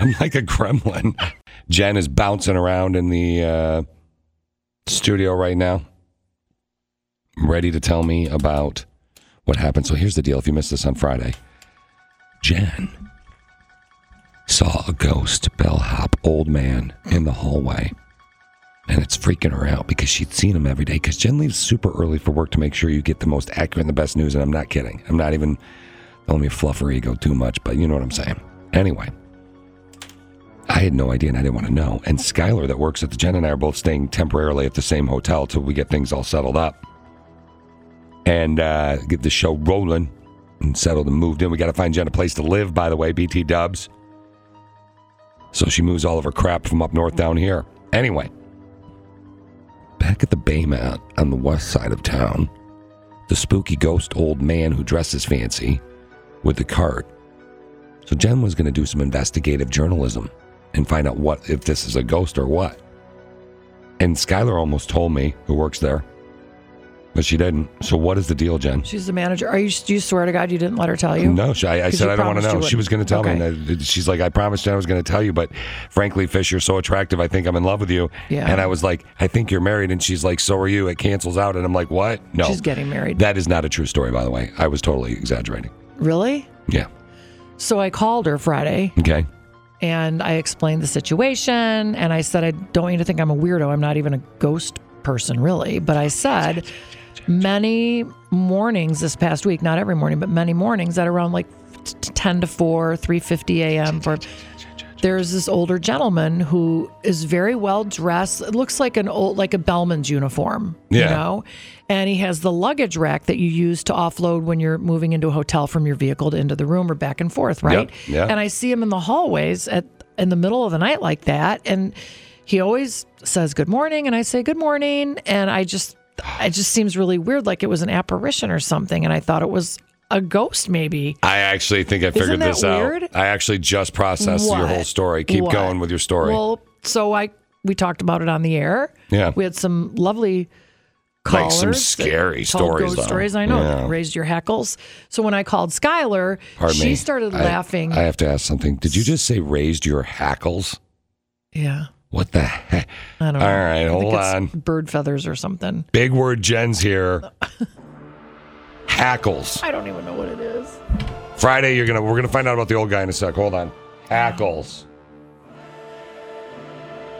Speaker 2: I'm like a gremlin. Jen is bouncing around in the uh, studio right now, ready to tell me about what happened. So here's the deal if you missed this on Friday, Jen saw a ghost bellhop old man in the hallway and it's freaking her out because she'd seen him every day. Because Jen leaves super early for work to make sure you get the most accurate and the best news. And I'm not kidding. I'm not even let me fluff her ego too much, but you know what I'm saying. Anyway, I had no idea and I didn't want to know. And Skylar, that works at the Jen and I are both staying temporarily at the same hotel till we get things all settled up and uh, get the show rolling and settled and moved in. We got to find Jen a place to live, by the way, BT Dubs. So she moves all of her crap from up north down here. Anyway, Back at the Baymat on the west side of town, the spooky ghost old man who dresses fancy with the cart. So Jen was going to do some investigative journalism and find out what if this is a ghost or what. And Skylar almost told me who works there, but she didn't. So what is the deal, Jen?
Speaker 3: She's the manager. Are you? Do you swear to God you didn't let her tell you?
Speaker 2: No, she, I, I
Speaker 3: 'Cause
Speaker 2: said
Speaker 3: you
Speaker 2: I don't want to
Speaker 3: promised you
Speaker 2: know. She
Speaker 3: wouldn't.
Speaker 2: was going to tell me.
Speaker 3: Okay.
Speaker 2: And I- she's like, I promised you I was going to tell you, but frankly, Fish, you're so attractive. I think I'm in love with you.
Speaker 3: Yeah.
Speaker 2: And I was like, I think you're married. And she's like, so are you. It cancels out. And I'm like, what? No.
Speaker 3: She's getting married.
Speaker 2: That is not a true story, by the way. I was totally exaggerating.
Speaker 3: really?
Speaker 2: Yeah.
Speaker 3: So I called her Friday
Speaker 2: Okay.
Speaker 3: and I explained the situation and I said, I don't want you to think I'm a weirdo. I'm not even a ghost person, really. But I said, many mornings this past week, not every morning, but many mornings at around like t- t- 10 to 4, 3.50 a.m. for there's this older gentleman who is very well dressed. It looks like an old, like a bellman's uniform, you
Speaker 2: Yeah.
Speaker 3: know? And he has the luggage rack that you use to offload when you're moving into a hotel from your vehicle to into the room or back and forth, right?
Speaker 2: yeah.
Speaker 3: And I see him in the hallways at in the middle of the night like that. And he always says good morning. And I say good morning. And I just, it just seems really weird. Like it was an apparition or something. And I thought it was a ghost maybe.
Speaker 2: I actually think I figured
Speaker 3: that
Speaker 2: this
Speaker 3: weird?
Speaker 2: out. I actually just processed your
Speaker 3: What?
Speaker 2: whole story. Keep
Speaker 3: What?
Speaker 2: going with your story.
Speaker 3: Well, so I we talked about it on the air.
Speaker 2: Yeah.
Speaker 3: We had some lovely
Speaker 2: Like some
Speaker 3: callers that
Speaker 2: scary
Speaker 3: told
Speaker 2: stories,
Speaker 3: ghost
Speaker 2: though.
Speaker 3: stories. I know
Speaker 2: Yeah.
Speaker 3: that raised your hackles. So when I called Skylar,
Speaker 2: Pardon
Speaker 3: she
Speaker 2: me.
Speaker 3: started
Speaker 2: I-
Speaker 3: laughing.
Speaker 2: I have to ask something. Did you just say raised your hackles?
Speaker 3: yeah,
Speaker 2: What the heck?
Speaker 3: I don't know.
Speaker 2: All right,
Speaker 3: I think
Speaker 2: hold
Speaker 3: it's
Speaker 2: on.
Speaker 3: Bird feathers or something.
Speaker 2: Big word Jen's here. hackles.
Speaker 3: I don't even know what it is.
Speaker 2: Friday, you're gonna we're gonna find out about the old guy in a sec. Hold on. Hackles.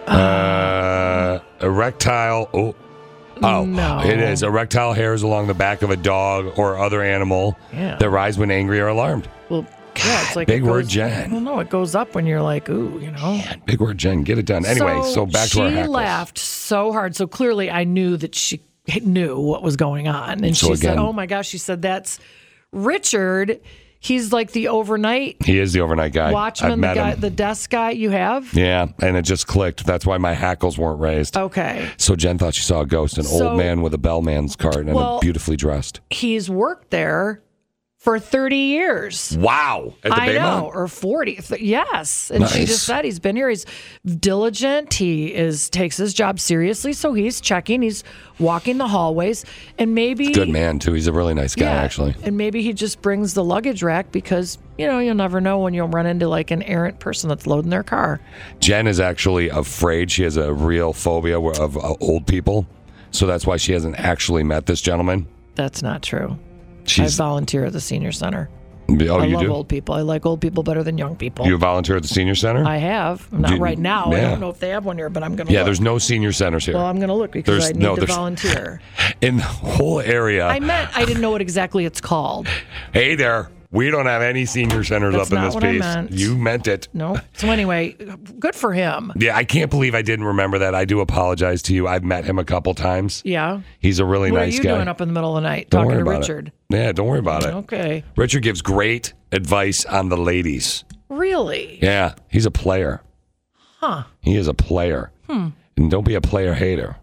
Speaker 2: Uh, erectile. Oh, oh,
Speaker 3: No.
Speaker 2: it is erectile hairs along the back of a dog or other animal
Speaker 3: Yeah.
Speaker 2: that rise when angry or alarmed.
Speaker 3: Well, yeah, it's like
Speaker 2: big
Speaker 3: it goes,
Speaker 2: word
Speaker 3: I
Speaker 2: Jen.
Speaker 3: don't know. It goes up when you're like, ooh, you know.
Speaker 2: Big word Jen, get it done. Anyway, so, back to our
Speaker 3: she
Speaker 2: hackles.
Speaker 3: laughed so hard. So clearly, I knew that she knew what was going on, and
Speaker 2: So
Speaker 3: she
Speaker 2: again-
Speaker 3: said, "Oh my gosh!" She said, "That's Richard. He's like the overnight
Speaker 2: He is the overnight guy. I've
Speaker 3: watchman, the
Speaker 2: met
Speaker 3: guy,
Speaker 2: him.
Speaker 3: the desk guy you have."
Speaker 2: yeah, and it just clicked. That's why my hackles weren't raised.
Speaker 3: Okay,
Speaker 2: So Jen thought she saw a ghost, an
Speaker 3: So-
Speaker 2: old man with a bellman's card and
Speaker 3: Well-
Speaker 2: a beautifully dressed.
Speaker 3: he's worked there for thirty years.
Speaker 2: Wow. At the
Speaker 3: I
Speaker 2: Baymont?
Speaker 3: know, or forty. Th- Yes, and she
Speaker 2: Nice.
Speaker 3: just said he's been here. He's diligent. He is takes his job seriously. So he's checking. He's walking the hallways, and maybe
Speaker 2: Good man too. He's a really nice guy, actually.
Speaker 3: And maybe he just brings the luggage rack because, you know, you'll never know when you'll run into like an errant person that's loading their car.
Speaker 2: Jen is actually afraid. She has a real phobia where- of uh, old people, so that's why she hasn't actually met this gentleman.
Speaker 3: That's not true.
Speaker 2: She's
Speaker 3: I volunteer at the senior center.
Speaker 2: oh,
Speaker 3: I
Speaker 2: you
Speaker 3: love
Speaker 2: do.
Speaker 3: old people. I like old people better than young people.
Speaker 2: You volunteer at the senior center?
Speaker 3: I have. Not
Speaker 2: Do-
Speaker 3: right now. I
Speaker 2: yeah.
Speaker 3: don't know if they have one here, but I'm going to
Speaker 2: yeah,
Speaker 3: look.
Speaker 2: there's no senior centers here
Speaker 3: well, I'm going to look because
Speaker 2: there's-
Speaker 3: I need
Speaker 2: no,
Speaker 3: to
Speaker 2: there's-
Speaker 3: volunteer.
Speaker 2: in the whole area.
Speaker 3: I meant I didn't know what exactly it's called.
Speaker 2: hey there, we don't have any senior centers
Speaker 3: That's
Speaker 2: up in
Speaker 3: not
Speaker 2: this
Speaker 3: what I
Speaker 2: piece.
Speaker 3: meant.
Speaker 2: You meant it.
Speaker 3: No. So anyway, good for him.
Speaker 2: Yeah, I can't believe I didn't remember that. I do apologize to you. I've met him a couple times.
Speaker 3: Yeah.
Speaker 2: He's a really
Speaker 3: What
Speaker 2: nice
Speaker 3: are you
Speaker 2: guy.
Speaker 3: doing up in the middle of the night
Speaker 2: Don't
Speaker 3: talking
Speaker 2: worry
Speaker 3: to
Speaker 2: about it.
Speaker 3: Richard?
Speaker 2: Yeah, don't worry about it.
Speaker 3: Okay.
Speaker 2: Richard gives great advice on the ladies.
Speaker 3: Really?
Speaker 2: Yeah, he's a player.
Speaker 3: Huh.
Speaker 2: He is a player.
Speaker 3: Hmm.
Speaker 2: And don't be a player hater.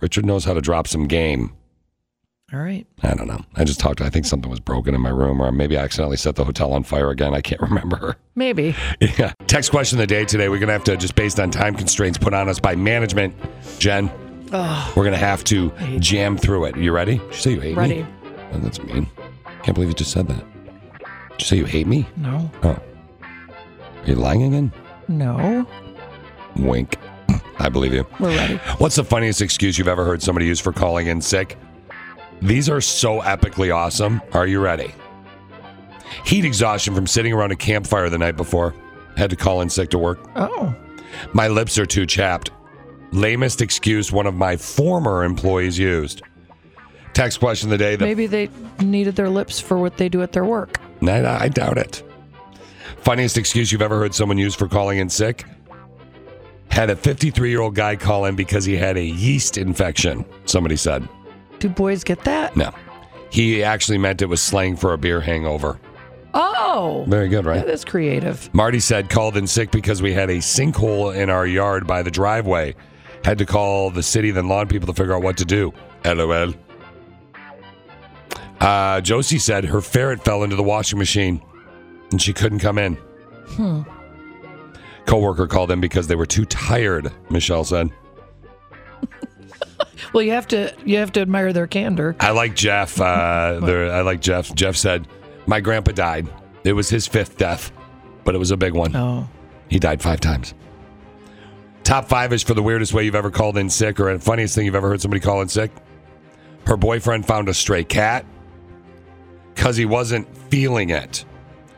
Speaker 2: Richard knows how to drop some game.
Speaker 3: All right.
Speaker 2: I don't know. I just talked. I think something was broken in my room, or maybe I accidentally set the hotel on fire again. I can't remember.
Speaker 3: Maybe.
Speaker 2: Yeah. Text question of the day today. We're going to have to, just based on time constraints put on us by management, Jen, we're going to have to jam through it. You ready? Did you say you hate
Speaker 3: Ready.
Speaker 2: me? Oh, that's mean. Can't believe you just said that. Did you say you hate me?
Speaker 3: No.
Speaker 2: Oh. Are you lying again?
Speaker 3: No.
Speaker 2: Wink. I believe you.
Speaker 3: We're ready.
Speaker 2: What's the funniest excuse you've ever heard somebody use for calling in sick? These are so epically awesome. Are you ready? Heat exhaustion from sitting around a campfire the night before. Had to call in sick to work.
Speaker 3: Oh.
Speaker 2: My lips are too chapped. Lamest excuse one of my former employees used. Text question of the day. The
Speaker 3: Maybe they needed their lips for what they do at their work.
Speaker 2: No, no, I doubt it. Funniest excuse you've ever heard someone use for calling in sick? Had a 53 year old guy call in because he had a yeast infection, somebody said.
Speaker 3: Do boys get that?
Speaker 2: No. He actually meant it was slang for a beer hangover.
Speaker 3: Oh.
Speaker 2: Very good,
Speaker 3: That
Speaker 2: right?
Speaker 3: is creative.
Speaker 2: Marty said called in sick because we had a sinkhole in our yard by the driveway. Had to call the city, then lawn people to figure out what to do. LOL. Uh, Josie said her ferret fell into the washing machine and she couldn't come in. Hmm. Coworker called in because they were too tired, Michelle said.
Speaker 3: Well, you have to you have to admire their candor.
Speaker 2: I like Jeff. Uh, there, I like Jeff. Jeff said, My grandpa died. It was his fifth death, but it was a big one.
Speaker 3: Oh.
Speaker 2: He died five times. Top five is for the weirdest way you've ever called in sick or funniest thing you've ever heard somebody call in sick. Her boyfriend found a stray cat because he wasn't feeling it.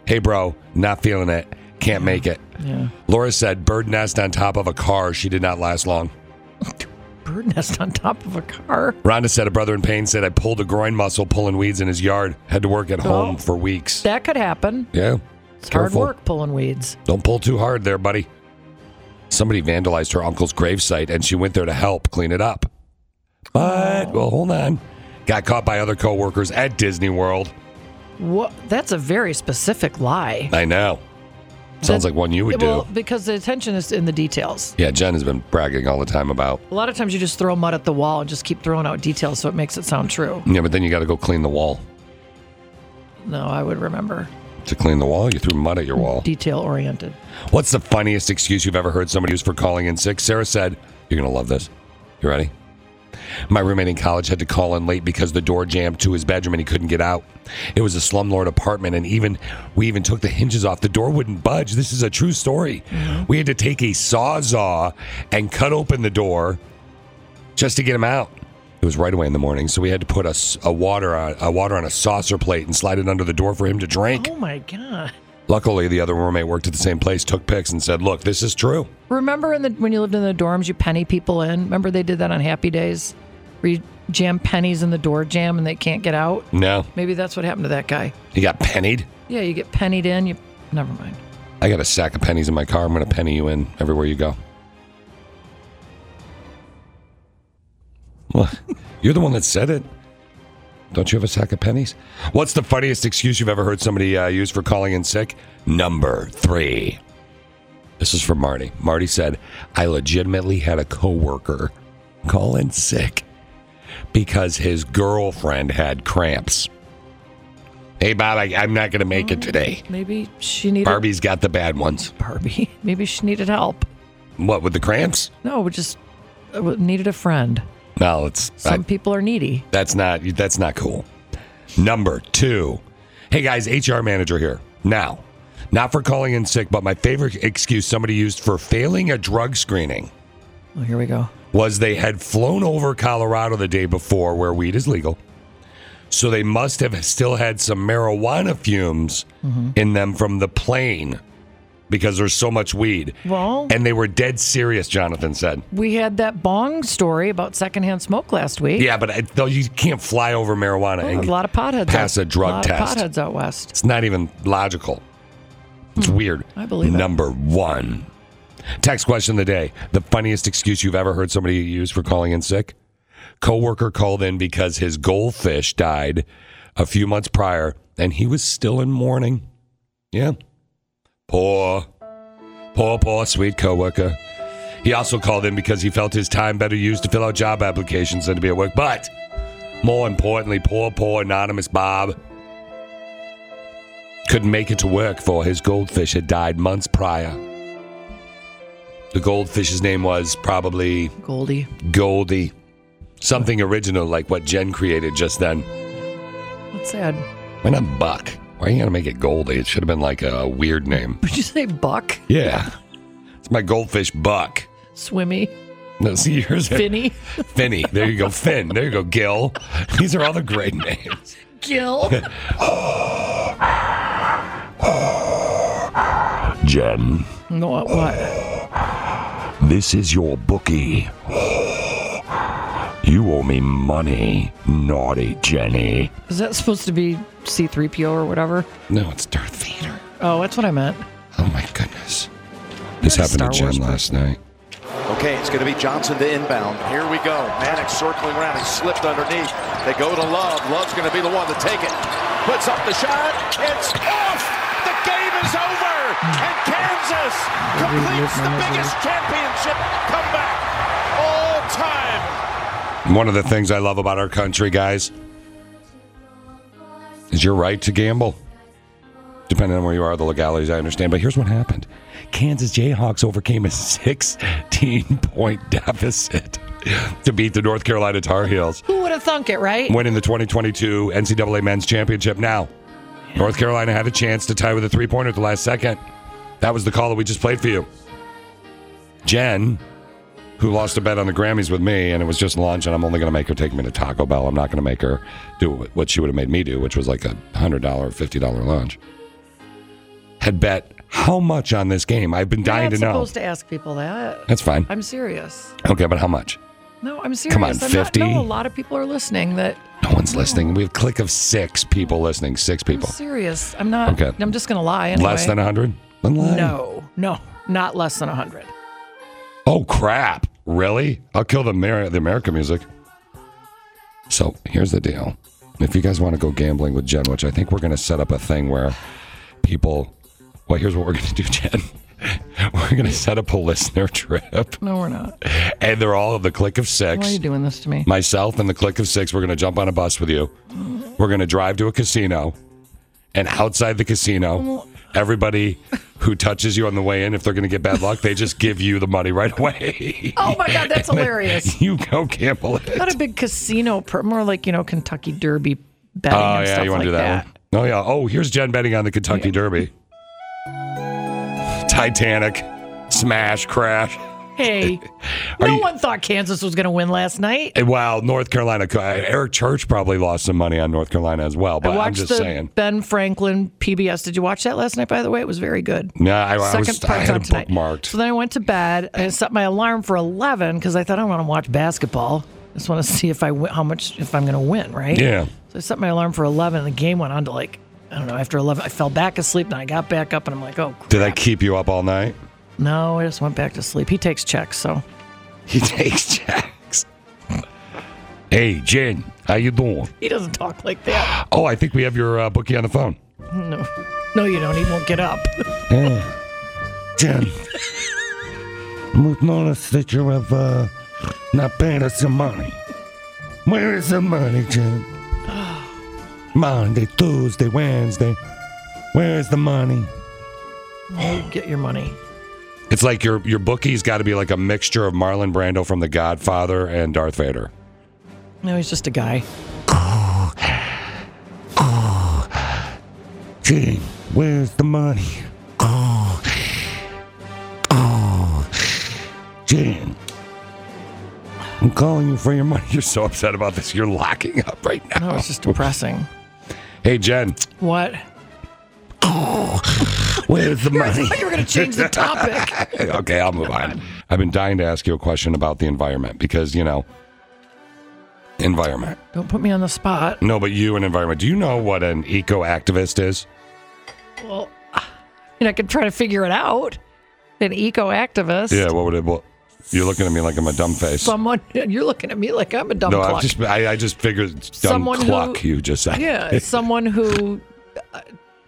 Speaker 2: Hey, bro, not feeling it. Can't make it.
Speaker 3: Yeah.
Speaker 2: Laura said bird nest on top of a car. She did not last long.
Speaker 3: Bird nest on top of a car.
Speaker 2: Rhonda said a brother in pain said I pulled a groin muscle pulling weeds in his yard. Had to work at home for weeks.
Speaker 3: That could happen.
Speaker 2: Yeah.
Speaker 3: It's
Speaker 2: Careful.
Speaker 3: hard work pulling weeds.
Speaker 2: Don't pull too hard there, buddy. Somebody vandalized her uncle's gravesite and she went there to help clean it up. But, well, hold on. Got caught by other coworkers at Disney World.
Speaker 3: What? That's a very specific lie.
Speaker 2: I know. Sounds like one you would
Speaker 3: well,
Speaker 2: do.
Speaker 3: because the attention is in the details.
Speaker 2: Yeah, Jen has been bragging all the time about.
Speaker 3: A lot of times you just throw mud at the wall and just keep throwing out details so it makes it sound true.
Speaker 2: Yeah, but then you got to go clean the wall.
Speaker 3: No, I would remember.
Speaker 2: To clean the wall, you threw mud at your wall.
Speaker 3: Detail oriented.
Speaker 2: What's the funniest excuse you've ever heard somebody use for calling in sick? Sarah said, You're going to love this. You ready? My roommate in college had to call in late because the door jammed to his bedroom and he couldn't get out. It was a slumlord apartment, and even we even took the hinges off. The door wouldn't budge. This is a true story. We had to take a sawzall and cut open the door just to get him out. It was right away in the morning, so we had to put a, s- a water on, a water on a saucer plate and slide it under the door for him to drink.
Speaker 3: Oh my God.
Speaker 2: Luckily, the other roommate worked at the same place, took pics, and said, "Look, this is true."
Speaker 3: Remember in the when you lived in the dorms, you penny people in. Remember they did that on Happy Days, where you jam pennies in the door jam and they can't get out.
Speaker 2: No,
Speaker 3: Maybe that's what happened to that guy.
Speaker 2: he got pennied.
Speaker 3: Yeah, you get pennied in. You never mind.
Speaker 2: I got a sack of pennies in my car. I'm going to penny you in everywhere you go. Well, you're the one that said it. Don't you have a sack of pennies? What's the funniest excuse you've ever heard somebody uh, use for calling in sick? Number three. This is from Marty. Marty said, I legitimately had a coworker call in sick because his girlfriend had cramps. Hey, Bob, I, I'm not going to make it today.
Speaker 3: Maybe she needed
Speaker 2: Barbie's got the bad ones.
Speaker 3: Barbie. Maybe she needed help.
Speaker 2: What with the cramps?
Speaker 3: No, we just uh, needed a friend.
Speaker 2: No, it's
Speaker 3: Some
Speaker 2: I-
Speaker 3: people are needy.
Speaker 2: that's not that's not cool. Number two, hey guys, HR manager here now. Not for calling in sick, but my favorite excuse somebody used for failing a drug screening
Speaker 3: Oh, here we go.
Speaker 2: was they had flown over Colorado the day before where weed is legal. So they must have still had some marijuana fumes
Speaker 3: Mm-hmm.
Speaker 2: in them from the plane because there's so much weed.
Speaker 3: Well,
Speaker 2: And they were dead serious, Jonathan said.
Speaker 3: we had that bong story about secondhand smoke last week.
Speaker 2: Yeah, but I, though you can't fly over marijuana.
Speaker 3: Oh, a
Speaker 2: and
Speaker 3: lot of potheads.
Speaker 2: pass
Speaker 3: out,
Speaker 2: a drug
Speaker 3: lot
Speaker 2: test.
Speaker 3: Of potheads out west.
Speaker 2: It's not even logical. It's weird.
Speaker 3: Hmm. I believe it.
Speaker 2: Number one. Text question of the day. The funniest excuse you've ever heard somebody use for calling in sick? Coworker called in because his goldfish died a few months prior and he was still in mourning. Yeah. Poor, poor, poor sweet coworker. He also called in because he felt his time better used to fill out job applications than to be at work. But more importantly, poor, poor anonymous Bob couldn't make it to work for his goldfish had died months prior. The goldfish's name was probably
Speaker 3: Goldie.
Speaker 2: Goldie. Something original like what Jen created just then.
Speaker 3: That's sad.
Speaker 2: Why not Buck? Why you gotta make it Goldie? It should have been like a weird name.
Speaker 3: Would you say buck?
Speaker 2: Yeah. It's my goldfish Buck.
Speaker 3: Swimmy?
Speaker 2: No, see yours
Speaker 3: Finny?
Speaker 2: Finny. There you go. Finn. There you go. Gil. These are all the great names.
Speaker 3: Gil?
Speaker 2: Jen.
Speaker 3: no, what? what?
Speaker 2: This is your bookie. You owe me money, naughty Jenny.
Speaker 3: Is that supposed to be C3PO or whatever?
Speaker 2: No, it's Darth Vader.
Speaker 3: Oh, that's what I meant.
Speaker 2: Oh my goodness. This
Speaker 3: You're a
Speaker 2: happened to
Speaker 3: Star
Speaker 2: Jen
Speaker 3: Wars
Speaker 2: last night.
Speaker 4: Okay, it's going to be Johnson to inbound. Here we go. Maddox circling around. He slipped underneath. They go to Love. Love's going to be the one to take it. Puts up the shot. It's off. The game is over. And Kansas completes the biggest championship comeback all time.
Speaker 2: One of the things I love about our country, guys, is your right to gamble. Depending on where you are, the legalities I understand. But here's what happened Kansas Jayhawks overcame a 16 point deficit to beat the North Carolina Tar Heels.
Speaker 3: Who would have thunk it, right?
Speaker 2: winning the 2022 NCAA Men's Championship. Now, North Carolina had a chance to tie with a three pointer at the last second. That was the call that we just played for you. Jen, who lost a bet on the Grammys with me, and it was just lunch, and I'm only going to make her take me to Taco Bell. I'm not going to make her do what she would have made me do, which was like a $100, $50 lunch, had bet how much on this game? I've been
Speaker 3: You're
Speaker 2: dying
Speaker 3: not
Speaker 2: to know.
Speaker 3: supposed to ask people that.
Speaker 2: That's fine.
Speaker 3: I'm serious.
Speaker 2: Okay, but how much?
Speaker 3: No, I'm serious.
Speaker 2: on,
Speaker 3: I'm not-
Speaker 2: 50?
Speaker 3: no, a lot of people are listening that
Speaker 2: No one's listening. We have a click of six people listening. Six people.
Speaker 3: I'm serious. I'm not.
Speaker 2: Okay.
Speaker 3: I'm just going to lie. Anyway.
Speaker 2: Less than 100? Then lie.
Speaker 3: No, no, not less than 100.
Speaker 2: Oh crap! Really? I'll kill the Amer- the America music. So here's the deal: if you guys want to go gambling with Jen, which I think we're going to set up a thing where people, well, here's what we're going to do, Jen. We're going to set up a listener trip,
Speaker 3: No, we're not.
Speaker 2: and they're all of the click of
Speaker 3: Why are you
Speaker 2: six.
Speaker 3: doing this to me?
Speaker 2: Myself and the click of six, we're going to jump on a bus with you. We're going to drive to a casino, and outside the casino, Everybody who touches you on the way in, if they're going to get bad luck, they just give you the money right away.
Speaker 3: Oh my God, that's hilarious.
Speaker 2: you go gamble it.
Speaker 3: Not a big casino, per- more like you know Kentucky Derby betting.
Speaker 2: Oh
Speaker 3: and
Speaker 2: yeah,
Speaker 3: stuff
Speaker 2: you want
Speaker 3: like
Speaker 2: to do that, one? Oh yeah. Oh, here's Jen betting on the Kentucky Derby. Titanic, smash, crash.
Speaker 3: Hey, no
Speaker 2: you-
Speaker 3: one thought Kansas was going to win last night.
Speaker 2: And Wow, Eh, North Carolina. uh, Eric Church probably lost some money on North Carolina as well. But
Speaker 3: I
Speaker 2: I'm
Speaker 3: watched
Speaker 2: just
Speaker 3: the
Speaker 2: saying.
Speaker 3: Ben Franklin PBS. Did you watch that last night? By the way, it was very good.
Speaker 2: No, I, I
Speaker 3: Second
Speaker 2: was. I
Speaker 3: part's
Speaker 2: had
Speaker 3: on
Speaker 2: it
Speaker 3: tonight.
Speaker 2: bookmarked.
Speaker 3: So then I went to bed and set my alarm for eleven because I thought I want to watch basketball. I just want to see if I win, how much if I'm going to win, right?
Speaker 2: yeah.
Speaker 3: So I set my alarm for eleven, and the game went on to like I don't know. After eleven, I fell back asleep, and I got back up, and I'm like, oh,
Speaker 2: Did I keep you up all night?
Speaker 3: No, I just went back to sleep. He takes checks, so
Speaker 2: He takes checks. Hey, Jen, how you doing?
Speaker 3: he doesn't talk like that.
Speaker 2: Oh, I think we have your uh, bookie on the phone.
Speaker 3: No, no, you don't. He won't get up.
Speaker 2: Jen, we've noticed that you have uh, not paid us some money. Where is the money, Jen? Monday, Tuesday, Wednesday. Where is the money?
Speaker 3: You get your money.
Speaker 2: It's like your your bookie's got to be like a mixture of Marlon Brando from The Godfather and Darth Vader.
Speaker 3: No, he's just a guy.
Speaker 2: Gene, where's the money? Oh, oh, Gene, I'm calling you for your money. You're so upset about this. You're locking up right now.
Speaker 3: No, it's just depressing.
Speaker 2: Hey, Jen,
Speaker 3: What?
Speaker 2: where's the money?
Speaker 3: Like we're gonna change the topic.
Speaker 2: okay, I'll move on. I've been dying to ask you a question about the environment because you know, environment.
Speaker 3: Don't put me on the spot.
Speaker 2: No, but you and environment. Do you know what an eco activist is?
Speaker 3: Well, you know, I could try to figure it out. An eco activist.
Speaker 2: Yeah. What would it? Well, you're looking at me like I'm a dumb face.
Speaker 3: Someone. You're looking at me like I'm a dumb
Speaker 2: No,
Speaker 3: cluck.
Speaker 2: I just I, I just figured dumb
Speaker 3: Someone who-
Speaker 2: cluck. you just said.
Speaker 3: yeah, it's someone who uh,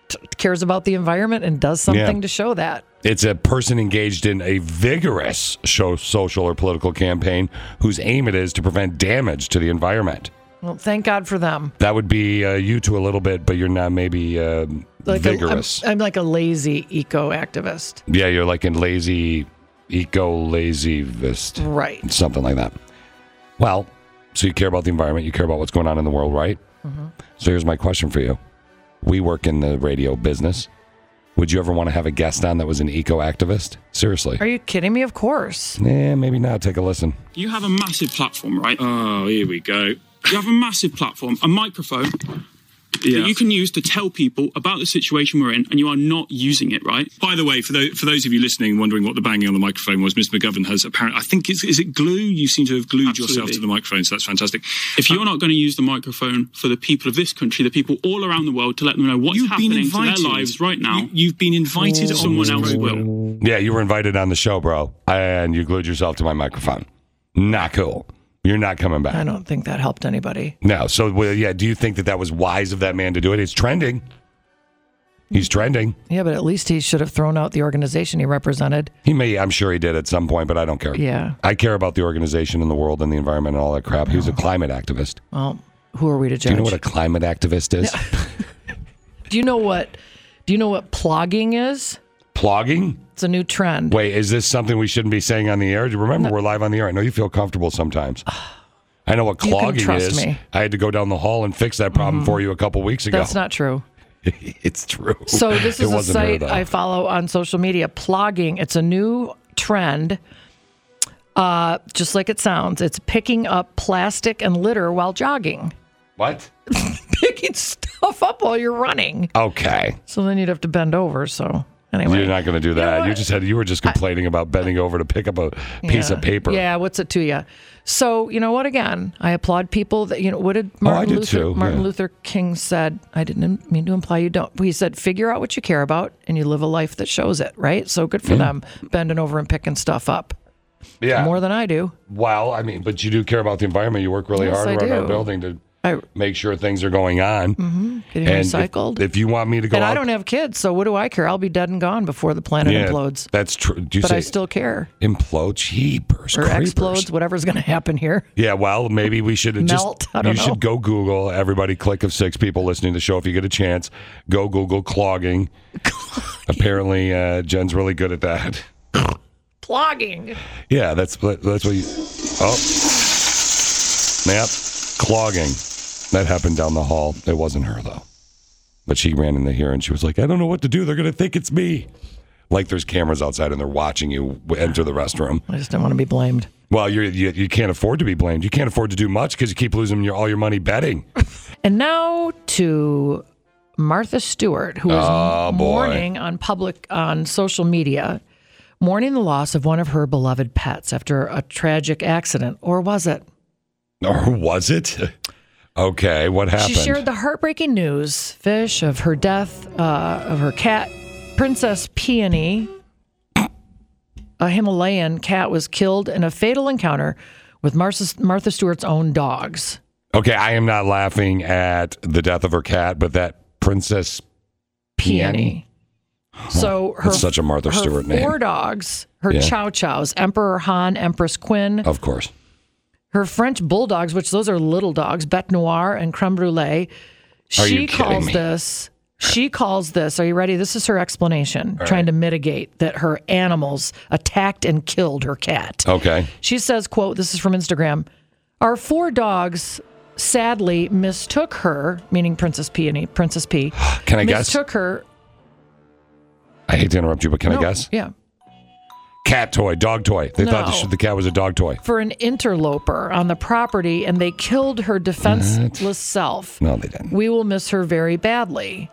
Speaker 3: t- cares about the environment and does something to show that.
Speaker 2: It's a person engaged in a vigorous show, social or political campaign whose aim it is to prevent damage to the environment.
Speaker 3: Well, thank God for them.
Speaker 2: That would be uh, you two a little bit, but you're not maybe uh,
Speaker 3: Like a- I'm-
Speaker 2: vigorous.
Speaker 3: I'm like a lazy eco activist.
Speaker 2: yeah, you're like a lazy, eco lazy vist,
Speaker 3: Right.
Speaker 2: something like that. Well, so you care about the environment, you care about what's going on in the world, right?
Speaker 3: Mm-hmm.
Speaker 2: So here's my question for you. We work in the radio business. Would you ever want to have a guest on that was an eco activist? Seriously.
Speaker 3: Are you kidding me? Of course.
Speaker 2: Eh, maybe not. Take a listen.
Speaker 5: You have a massive platform, right? Oh, here we go. You have a massive platform, a microphone that you can use to tell people about the situation we're in, and you are not using it, right?
Speaker 6: By the way, for those, for those of you listening wondering what the banging on the microphone was, Mr. McGovern has apparently, I think, it's, is it glue? You seem to have glued yourself
Speaker 5: Absolutely.
Speaker 6: to the microphone, so that's fantastic.
Speaker 5: If you're not going to use the microphone for the people of this country, the people all around the world, to let them know what's happening to their lives right now,
Speaker 6: You, have been invited on
Speaker 5: someone
Speaker 6: this
Speaker 5: else
Speaker 6: programme.
Speaker 5: will.
Speaker 2: Yeah, you were invited on the show, bro, and you glued yourself to my microphone. Not cool. You're not coming
Speaker 3: I
Speaker 2: back.
Speaker 3: don't think that helped anybody.
Speaker 2: No. So, well, yeah, do you think that that was wise of that man to do it? It's trending. He's trending.
Speaker 3: Yeah, but at least he should have thrown out the organization he represented.
Speaker 2: He may, I'm sure he did at some point, but I don't care.
Speaker 3: Yeah.
Speaker 2: I care about the organization and the world and the environment and all that crap. He was a climate activist.
Speaker 3: Well, who are we to
Speaker 2: Do
Speaker 3: judge?
Speaker 2: you know what a climate activist is?
Speaker 3: do you know what? Do you know what plogging is?
Speaker 2: Plogging?
Speaker 3: It's a new trend.
Speaker 2: Wait, is this something we shouldn't be saying on the air? Remember, we're live on the air. I know you feel comfortable sometimes. I know what
Speaker 3: You can
Speaker 2: clogging
Speaker 3: trust
Speaker 2: is.
Speaker 3: me. Mm-hmm.
Speaker 2: I had to go down the hall and fix that problem for you a couple weeks ago.
Speaker 3: That's not true.
Speaker 2: it's true.
Speaker 3: So this
Speaker 2: It
Speaker 3: is a
Speaker 2: wasn't her,
Speaker 3: site
Speaker 2: though.
Speaker 3: I follow on social media. Plogging. It's a new trend. Uh, just like it sounds, it's picking up plastic and litter while jogging.
Speaker 2: what?
Speaker 3: Picking stuff up while you're running.
Speaker 2: Okay,
Speaker 3: So then you'd have to bend over. So anyway,
Speaker 2: you're not going to do that. You,
Speaker 3: what?
Speaker 2: just had you were just complaining about bending over to pick up a piece
Speaker 3: Yeah.
Speaker 2: of paper.
Speaker 3: Yeah, what's it to you? So you know what? Again, I applaud people that you know. What did Martin
Speaker 2: Oh, I do
Speaker 3: Luther
Speaker 2: too,
Speaker 3: Martin
Speaker 2: yeah.
Speaker 3: Luther King said? I didn't mean to imply you don't. He said, figure out what you care about and you live a life that shows it. Right. So good for them bending over and picking stuff up
Speaker 2: yeah. Uh,
Speaker 3: more than I do.
Speaker 2: well, I mean, but you do care about the environment. You work really
Speaker 3: Yes,
Speaker 2: hard
Speaker 3: I
Speaker 2: around our
Speaker 3: do.
Speaker 2: building to.
Speaker 3: I-
Speaker 2: make sure things are going on.
Speaker 3: Getting
Speaker 2: And if-
Speaker 3: recycled.
Speaker 2: If, you want me to go
Speaker 3: and
Speaker 2: out,
Speaker 3: I don't have kids, so what do I care? I'll be dead and gone before the planet
Speaker 2: yeah,
Speaker 3: implodes.
Speaker 2: That's true. Do you
Speaker 3: But
Speaker 2: say
Speaker 3: I still care.
Speaker 2: implode? Jeepers,
Speaker 3: Or
Speaker 2: creepers.
Speaker 3: explodes, whatever's going to happen here.
Speaker 2: Yeah, well, maybe we should have
Speaker 3: Melt.
Speaker 2: just.
Speaker 3: I don't
Speaker 2: you should go Google everybody. Click of six people listening to the show. If you get a chance, go Google clogging. Apparently, uh, Jen's really good at that.
Speaker 3: Clogging.
Speaker 2: Yeah, that's what- that's what you. Oh, yep, clogging. That happened down the hall. It wasn't her though, but she ran in here and she was like, "I don't know what to do. They're gonna think it's me." Like there's cameras outside and they're watching you w- enter the restroom.
Speaker 3: I just don't want to be blamed.
Speaker 2: Well, you're, you you can't afford to be blamed. You can't afford to do much because you keep losing your, all your money betting.
Speaker 3: And now to Martha Stewart, who is
Speaker 2: Oh, boy.
Speaker 3: mourning on public on social media, mourning the loss of one of her beloved pets after a tragic accident, or was it?
Speaker 2: Or was it? Okay, what happened?
Speaker 3: She shared the heartbreaking news, Fish, of her death uh, of her cat, Princess Peony. A Himalayan cat was killed in a fatal encounter with Martha, Martha Stewart's own dogs.
Speaker 2: okay, I am not laughing at the death of her cat, but that princess
Speaker 3: Peony. So her
Speaker 2: That's such a Martha
Speaker 3: her
Speaker 2: Stewart name.
Speaker 3: Four dogs, her
Speaker 2: Yeah.
Speaker 3: chow chows, Emperor Han, Empress Quinn,
Speaker 2: Of course.
Speaker 3: her French bulldogs, which those are little dogs, Bête Noire and Creme Brulee.
Speaker 2: Are
Speaker 3: she
Speaker 2: you kidding
Speaker 3: calls
Speaker 2: me?
Speaker 3: this. She calls this. Are you ready? This is her explanation, trying to mitigate that her animals attacked and killed her cat.
Speaker 2: Okay.
Speaker 3: She says, quote, this is from Instagram. Our four dogs sadly mistook her, meaning Princess Peony, Princess P.
Speaker 2: Can I guess?
Speaker 3: mistook her.
Speaker 2: I hate to interrupt you, but can I
Speaker 3: No,
Speaker 2: guess?
Speaker 3: Yeah.
Speaker 2: Cat toy, dog toy. They thought the,
Speaker 3: No.
Speaker 2: the cat was a dog toy.
Speaker 3: for an interloper on the property and they killed her defenseless self.
Speaker 2: No, they didn't.
Speaker 3: We will miss her very badly.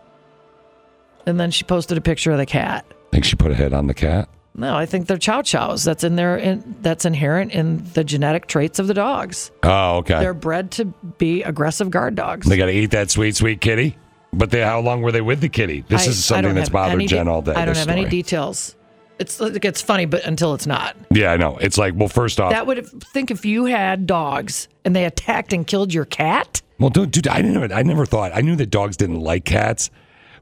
Speaker 3: And then she posted a picture of the cat.
Speaker 2: I think she put a head on the cat.
Speaker 3: No, I think they're chow chows. That's in their in, that's inherent in the genetic traits of the dogs.
Speaker 2: Oh, okay.
Speaker 3: They're bred to be aggressive guard dogs.
Speaker 2: They got to eat that sweet, sweet kitty. But they, how long were they with the kitty? This
Speaker 3: I-
Speaker 2: is
Speaker 3: I
Speaker 2: something
Speaker 3: don't
Speaker 2: that's
Speaker 3: have
Speaker 2: bothered
Speaker 3: any de-
Speaker 2: Jen all day.
Speaker 3: I don't
Speaker 2: this
Speaker 3: have any
Speaker 2: story.
Speaker 3: details. It's like it's funny, but until it's not.
Speaker 2: Yeah, I know. It's like, well, first off,
Speaker 3: That would think if you had dogs and they attacked and killed your cat.
Speaker 2: well, don't, dude, I didn't. I never thought. I knew that dogs didn't like cats,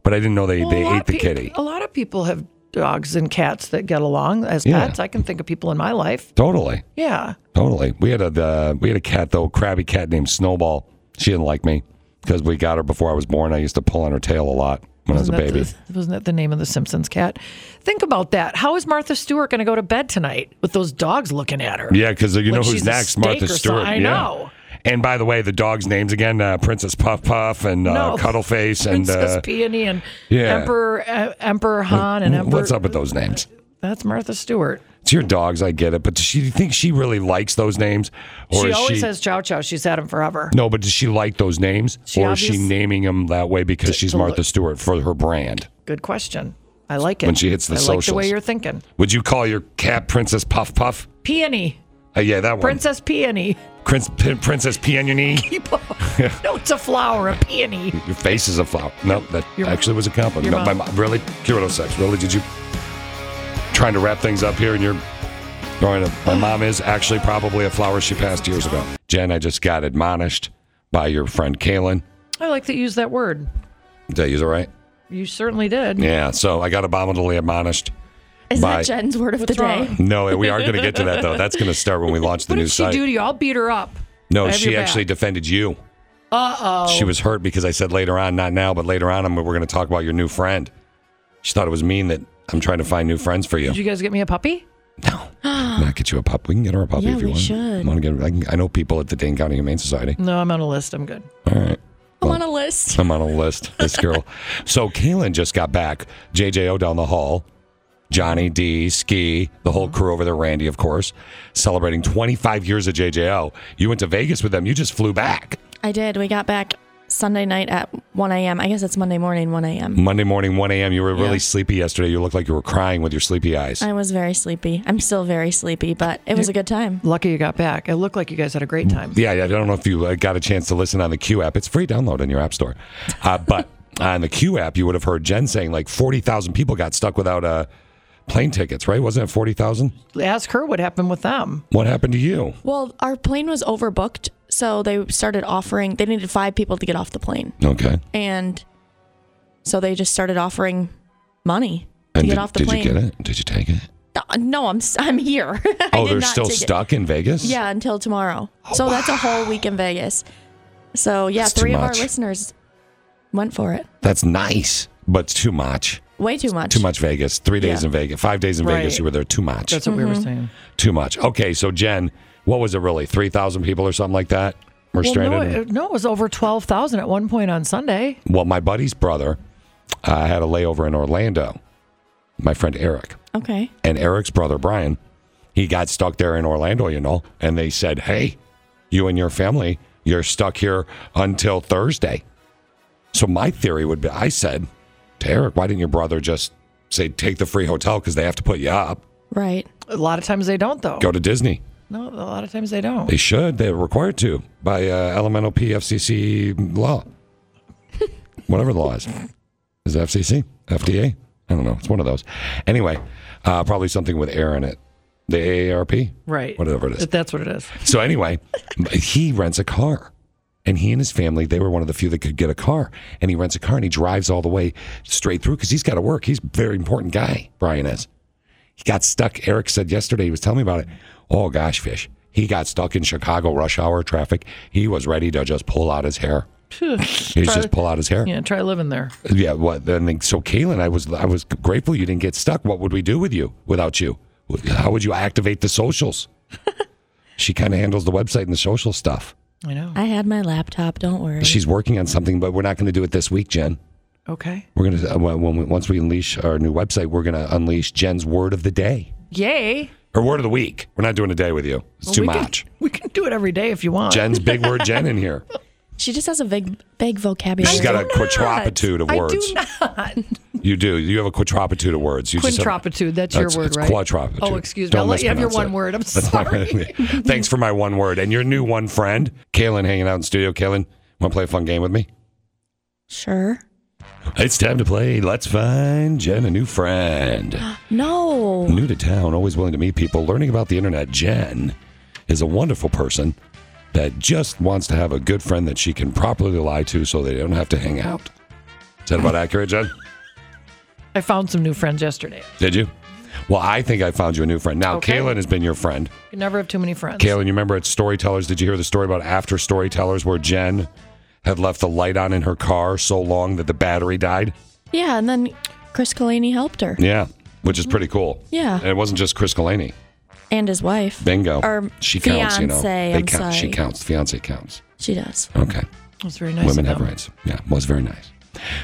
Speaker 2: but I didn't know they,
Speaker 3: Well, a
Speaker 2: they
Speaker 3: lot
Speaker 2: ate
Speaker 3: of
Speaker 2: the
Speaker 3: peop-
Speaker 2: kitty.
Speaker 3: A lot of people have dogs and cats that get along as
Speaker 2: Yeah.
Speaker 3: pets. I can think of people in my life.
Speaker 2: Totally,
Speaker 3: Yeah.
Speaker 2: totally. We had a the, we had a cat though, a crabby cat named Snowball. She didn't like me because we got her before I was born. I used to pull on her tail a lot when I was a
Speaker 3: Wasn't that
Speaker 2: baby.
Speaker 3: the- wasn't that the name of the Simpsons cat? Think about that. How is Martha Stewart going to go to bed tonight with those dogs looking at her?
Speaker 2: Yeah, because you know
Speaker 3: Like
Speaker 2: who's
Speaker 3: she's a
Speaker 2: next,
Speaker 3: steak
Speaker 2: Martha
Speaker 3: or
Speaker 2: Stewart.
Speaker 3: something. I
Speaker 2: yeah.
Speaker 3: know.
Speaker 2: And by the way, the dogs' names again: uh, Princess Puff Puff and uh,
Speaker 3: No.
Speaker 2: Cuddleface and
Speaker 3: Princess
Speaker 2: uh,
Speaker 3: Peony and
Speaker 2: yeah.
Speaker 3: Emperor uh, Emperor Han and Emperor.
Speaker 2: what's up with those names?
Speaker 3: That's Martha Stewart.
Speaker 2: It's your dogs, I get it, but does she think she really likes those names, or
Speaker 3: she
Speaker 2: is
Speaker 3: always
Speaker 2: she?
Speaker 3: has Chow Chow. She's had him forever.
Speaker 2: no, but does she like those names,
Speaker 3: She
Speaker 2: or is she
Speaker 3: obvious-
Speaker 2: naming them that way because she's
Speaker 3: to
Speaker 2: Martha
Speaker 3: look-
Speaker 2: Stewart for her brand?
Speaker 3: Good question. I like it.
Speaker 2: When she hits the
Speaker 3: I like the way
Speaker 2: socials.
Speaker 3: you're thinking.
Speaker 2: Would you call your cat Princess Puff Puff?
Speaker 3: Peony.
Speaker 2: Uh, yeah, that one.
Speaker 3: Princess Peony.
Speaker 2: Prince, P- Princess Pee on your knee.
Speaker 3: People. no, it's a flower, a peony.
Speaker 2: Your face is a flower. No, that
Speaker 3: Your-
Speaker 2: actually was a compliment.
Speaker 3: your
Speaker 2: No, my
Speaker 3: mouth.
Speaker 2: mom. Really? Kirito sex. Really? Did you trying to wrap things up here and you're throwing a my mom is actually probably a flower she passed years ago. Jen, I just got admonished by your friend Kalen.
Speaker 3: I like that you use that word.
Speaker 2: Did I use it right?
Speaker 3: You certainly did.
Speaker 2: Yeah. So I got abominably admonished.
Speaker 7: Is
Speaker 2: Bye.
Speaker 7: that Jen's word of
Speaker 3: What's
Speaker 7: the day?
Speaker 3: wrong?
Speaker 2: No, we are going to get to that though. That's going to start when we launch the
Speaker 3: What
Speaker 2: new
Speaker 3: did she
Speaker 2: site.
Speaker 3: do to you? I'll beat her up. I
Speaker 2: no,
Speaker 3: have
Speaker 2: she
Speaker 3: your back.
Speaker 2: actually defended you.
Speaker 3: Uh oh.
Speaker 2: She was hurt because I said later on, not now, but later on, I'm, we're going to talk about your new friend. She thought it was mean that I'm trying to find new friends for you.
Speaker 3: Did you guys get me a puppy?
Speaker 2: No, not get you a pup. We can get her a puppy
Speaker 7: Yeah,
Speaker 2: if you
Speaker 7: we
Speaker 2: want.
Speaker 7: should.
Speaker 2: Want to get? I, can, I know people at the Dane County Humane Society.
Speaker 3: No, I'm on a list. I'm good.
Speaker 2: All right,
Speaker 7: I'm on a list.
Speaker 2: I'm on a list. This girl. so Kaylin just got back. JJO down the hall. Johnny D, Ski, the whole crew over there. Randy, of course, celebrating 25 years of JJO. You went to Vegas with them. You just flew back
Speaker 7: I did. We got back Sunday night at 1 a.m. I guess it's Monday morning, 1 a.m.
Speaker 2: Monday morning, 1 a.m. You were really
Speaker 7: Yeah.
Speaker 2: sleepy yesterday. You looked like you were crying with your sleepy eyes.
Speaker 7: I was very sleepy. I'm still very sleepy, but it was a good time.
Speaker 3: Lucky you got back. It looked like you guys had a great time.
Speaker 2: Yeah, yeah, I don't know if you uh, got a chance to listen on the Q app. It's free download in your app store. Uh, but on the Q app, you would have heard Jen saying like 40,000 people got stuck without uh, plane tickets, right? Wasn't it 40,000?
Speaker 3: Ask her what happened with them.
Speaker 2: What happened to you?
Speaker 7: Well, our plane was overbooked, So they started offering, they needed five people to get off the plane.
Speaker 2: Okay.
Speaker 7: And so they just started offering money to
Speaker 2: And
Speaker 7: get
Speaker 2: did,
Speaker 7: off the
Speaker 2: did
Speaker 7: plane.
Speaker 2: you get it? Did you take it?
Speaker 7: Uh, No, I'm, s- I'm here. I
Speaker 2: oh,
Speaker 7: did
Speaker 2: they're
Speaker 7: not
Speaker 2: still
Speaker 7: take it.
Speaker 2: stuck in Vegas?
Speaker 7: Yeah, until tomorrow. So that's a whole week in Vegas. So yeah,
Speaker 2: That's too
Speaker 7: three of our
Speaker 2: much.
Speaker 7: listeners went for it.
Speaker 2: That's nice, but too much.
Speaker 7: Way too much.
Speaker 2: Too much Vegas. Three days
Speaker 7: Yeah.
Speaker 2: in Vegas. Five days in Vegas.
Speaker 3: Right.
Speaker 2: You were there. Too much.
Speaker 3: That's what we
Speaker 2: Mm-hmm.
Speaker 3: were saying.
Speaker 2: too much. Okay, so Jen, what was it really? Three thousand people or something like that were
Speaker 3: Well, no,
Speaker 2: stranded.
Speaker 3: it, no, it was over 12,000 at one point on Sunday.
Speaker 2: well, my buddy's brother uh, had a layover in Orlando. My friend Eric
Speaker 7: Okay.
Speaker 2: and Eric's brother Brian, he got stuck there in Orlando, you know, and they said, "Hey, you and your family, you're stuck here until Thursday." So my theory would be, I said to Eric, "Why didn't your brother just say take the free hotel because they have to put you up?
Speaker 7: Right.
Speaker 3: A lot of times they don't, though.
Speaker 2: Go to Disney."
Speaker 3: No, a lot of times they don't.
Speaker 2: They should. They're required to by uh, elemental PFCC law. Whatever the law is. Is it FCC? FDA? I don't know. It's one of those. Anyway, uh, probably something with air in it. The AARP?
Speaker 3: right.
Speaker 2: Whatever it is.
Speaker 3: That's what it is.
Speaker 2: So anyway, he rents a car. And he and his family, they were one of the few that could get a car. And he rents a car and he drives all the way straight through because he's got to work. He's a very important guy, Brian is. He got stuck. Eric said yesterday, he was telling me about it. Oh, gosh, fish. He got stuck in Chicago rush hour traffic. He was ready to just pull out his hair. He's just pull out his hair.
Speaker 3: Yeah, try living there.
Speaker 2: Yeah, what? I think so. Kaylin, I was I was grateful you didn't get stuck. What would we do with you without you? How would you activate the socials? she kind of handles the website and the social stuff.
Speaker 3: I know.
Speaker 7: I had my laptop. Don't worry.
Speaker 2: She's working on something, but we're not going to do it this week, Jen.
Speaker 3: Okay.
Speaker 2: We're going to when, when we, once we unleash our new website, we're going to unleash Jen's word of the day
Speaker 3: Yay.
Speaker 2: or word of the week. We're not doing a day with you. It's too
Speaker 3: we
Speaker 2: much.
Speaker 3: Can, we can do it every day if you want.
Speaker 2: Jen's big word Jen in here.
Speaker 7: She just has a big, big vocabulary.
Speaker 2: She's got a quadrupitude of
Speaker 3: I
Speaker 2: words.
Speaker 3: do not.
Speaker 2: You do. You have a quadrupitude of words. You just have-
Speaker 3: Quintrapitude. That's your
Speaker 2: That's-
Speaker 3: word,
Speaker 2: it's
Speaker 3: right?
Speaker 2: quadrupitude.
Speaker 3: Oh, excuse me.
Speaker 2: Don't
Speaker 3: I'll let you have your
Speaker 2: mispronounce
Speaker 3: one
Speaker 2: it.
Speaker 3: word. I'm
Speaker 2: That's not
Speaker 3: sorry.
Speaker 2: gonna be- Thanks for my one word and your new one friend, Kaylin, hanging out in studio. Kaylin, want to play a fun game with me?
Speaker 7: Sure.
Speaker 2: It's time to play. Let's find Jen a new friend.
Speaker 7: No.
Speaker 2: New to town, always willing to meet people, learning about the internet. Jen is a wonderful person that just wants to have a good friend that she can properly lie to so they don't have to hang out. Is that about accurate, Jen?
Speaker 3: I found some new friends yesterday.
Speaker 2: Did you? Well, I think I found you a new friend. Now,
Speaker 3: Okay.
Speaker 2: Kaylin has been your friend.
Speaker 3: You can never have too many friends.
Speaker 2: Kaylin, you remember at Storytellers, did you hear the story about after Storytellers where Jen had left the light on in her car so long that the battery died?
Speaker 7: Yeah, and then Chris Colaney helped her
Speaker 2: Yeah, which is pretty cool.
Speaker 7: Yeah.
Speaker 2: And it wasn't just Chris Colaney.
Speaker 7: and his wife.
Speaker 2: Bingo.
Speaker 7: Or
Speaker 2: she counts, you know.
Speaker 7: fiancé,
Speaker 2: They
Speaker 7: I'm
Speaker 2: count. She
Speaker 7: sorry.
Speaker 2: counts. Fiance counts.
Speaker 7: She does.
Speaker 2: Okay.
Speaker 3: That's very nice.
Speaker 2: Women
Speaker 3: of
Speaker 2: have
Speaker 3: them.
Speaker 2: rights. Yeah, was very nice.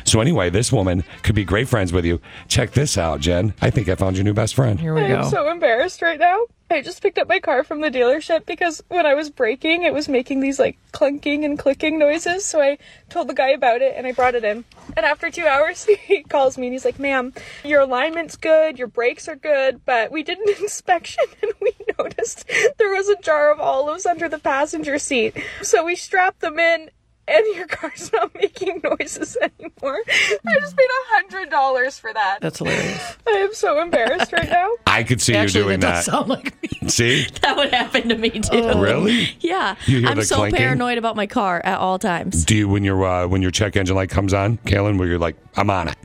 Speaker 2: So anyway, this woman could be great friends with you. Check this out, Jen. I think I found your new best friend.
Speaker 3: Here we
Speaker 8: I'm
Speaker 3: go.
Speaker 8: so embarrassed right now. I just picked up my car from the dealership because when I was braking, it was making these like clunking and clicking noises. So I told the guy about it and I brought it in. And after two hours, he calls me and he's like, ma'am, your alignment's good, your brakes are good, but we did an inspection and we noticed there was a jar of olives under the passenger seat. So we strapped them in and your car's not making noises anymore. I just paid a hundred dollars for that.
Speaker 3: That's hilarious.
Speaker 8: I am so embarrassed right now.
Speaker 2: I could see
Speaker 3: Actually,
Speaker 2: you doing
Speaker 3: that,
Speaker 2: that.
Speaker 3: does sound like me.
Speaker 2: See?
Speaker 7: That would happen to me too.
Speaker 2: Really?
Speaker 7: Oh. Yeah.
Speaker 2: You hear
Speaker 7: I'm
Speaker 2: the
Speaker 7: so
Speaker 2: clanking?
Speaker 7: paranoid about my car at all times.
Speaker 2: Do you when your uh, when your check engine light comes on, Kaylin, where you're like, I'm on it.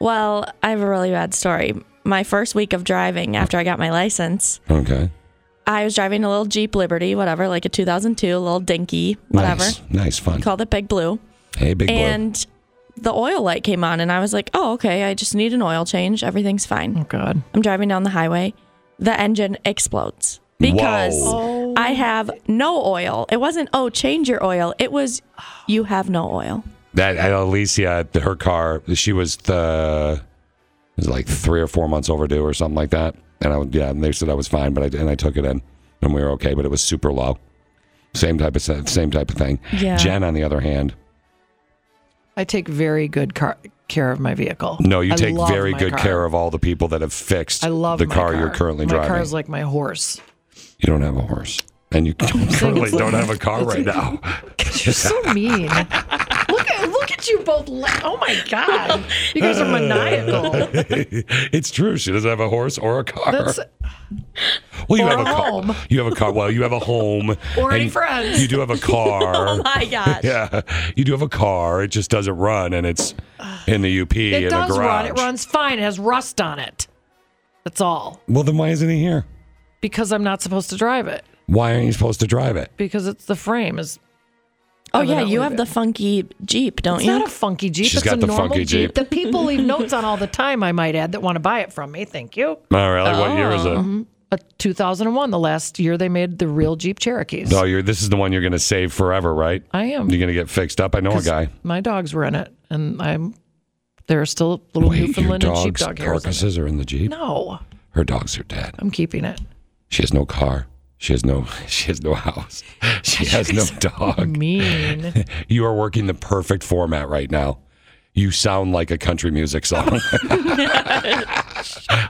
Speaker 7: Well, I have a really bad story. My first week of driving after I got my license,
Speaker 2: Okay.
Speaker 7: I was driving a little Jeep Liberty, whatever, like a 2002, a little dinky, whatever.
Speaker 2: Nice, nice fun.
Speaker 7: Called it Big Blue.
Speaker 2: Hey, big boy.
Speaker 7: And the oil light came on, and I was like, oh, okay, I just need an oil change. Everything's
Speaker 2: Hmm.
Speaker 7: fine.
Speaker 3: Oh, God.
Speaker 7: I'm driving down the highway. The engine explodes because
Speaker 3: Oh.
Speaker 2: Whoa.
Speaker 7: I have no oil. It wasn't, oh, change your oil. It was, you have no oil.
Speaker 2: That uh, Alicia, her car, she was the it was like three or four months overdue or something like that. And I yeah, and they said I was fine, but I and I took it in and we were okay, but it was super low. Same type of se- same type of thing.
Speaker 7: Yeah.
Speaker 2: Jen, on the other hand,
Speaker 3: I take very good car- care of my vehicle.
Speaker 2: no, you
Speaker 3: I
Speaker 2: take
Speaker 3: love
Speaker 2: very
Speaker 3: my
Speaker 2: good
Speaker 3: car.
Speaker 2: care of all the people that have fixed
Speaker 3: I love
Speaker 2: the
Speaker 3: my
Speaker 2: car, you're currently
Speaker 3: my
Speaker 2: driving.
Speaker 3: car is like my horse.
Speaker 2: you don't have a horse, and you currently
Speaker 3: it's like-
Speaker 2: don't have a car right now.
Speaker 3: You're so mean. look at look at at you both. La- oh my god, you guys are maniacal.
Speaker 2: it's true. She doesn't have a horse or a car.
Speaker 3: That's
Speaker 2: well, you
Speaker 3: or
Speaker 2: have a
Speaker 3: a
Speaker 2: car.
Speaker 3: home.
Speaker 2: You have a car. Well, you have a home
Speaker 3: Or any
Speaker 2: and
Speaker 3: friends.
Speaker 2: You do have a car.
Speaker 7: Oh my gosh.
Speaker 2: Yeah, you do have a car. It just doesn't run, and it's in the UP in
Speaker 3: it
Speaker 2: a
Speaker 3: does
Speaker 2: garage.
Speaker 3: run. It runs fine. It has rust on it. That's all.
Speaker 2: Well, then why isn't he here?
Speaker 3: Because I'm not supposed to drive it.
Speaker 2: Why aren't you supposed to drive it?
Speaker 3: Because it's the frame is.
Speaker 7: Oh yeah,
Speaker 3: evidently
Speaker 7: you have the funky Jeep, don't
Speaker 3: It's
Speaker 7: you?
Speaker 3: not a funky Jeep.
Speaker 2: She's
Speaker 3: it's
Speaker 2: got
Speaker 3: a
Speaker 2: the
Speaker 3: normal
Speaker 2: funky Jeep.
Speaker 3: that people leave notes on all the time. I might add that want to buy it from me. Thank you.
Speaker 2: Oh, really? What year is it?
Speaker 3: A 2001, the last year they made the real Jeep Cherokees.
Speaker 2: No, Oh, you're. This is the one you're going to save forever, right?
Speaker 3: I am.
Speaker 2: You're going to get fixed up. I know a
Speaker 3: 'Cause
Speaker 2: guy.
Speaker 3: My dogs were in it, and I'm. There are still little
Speaker 2: Wait, your
Speaker 3: Newfoundland and
Speaker 2: dog's
Speaker 3: sheepdog hairs. in it.
Speaker 2: carcasses are in the jeep.
Speaker 3: No,
Speaker 2: Her dogs are dead.
Speaker 3: I'm keeping it.
Speaker 2: She has no car. She has no. She has no house. She has no dog.
Speaker 3: Mean.
Speaker 2: You are working the perfect format right now. You sound like a country music song.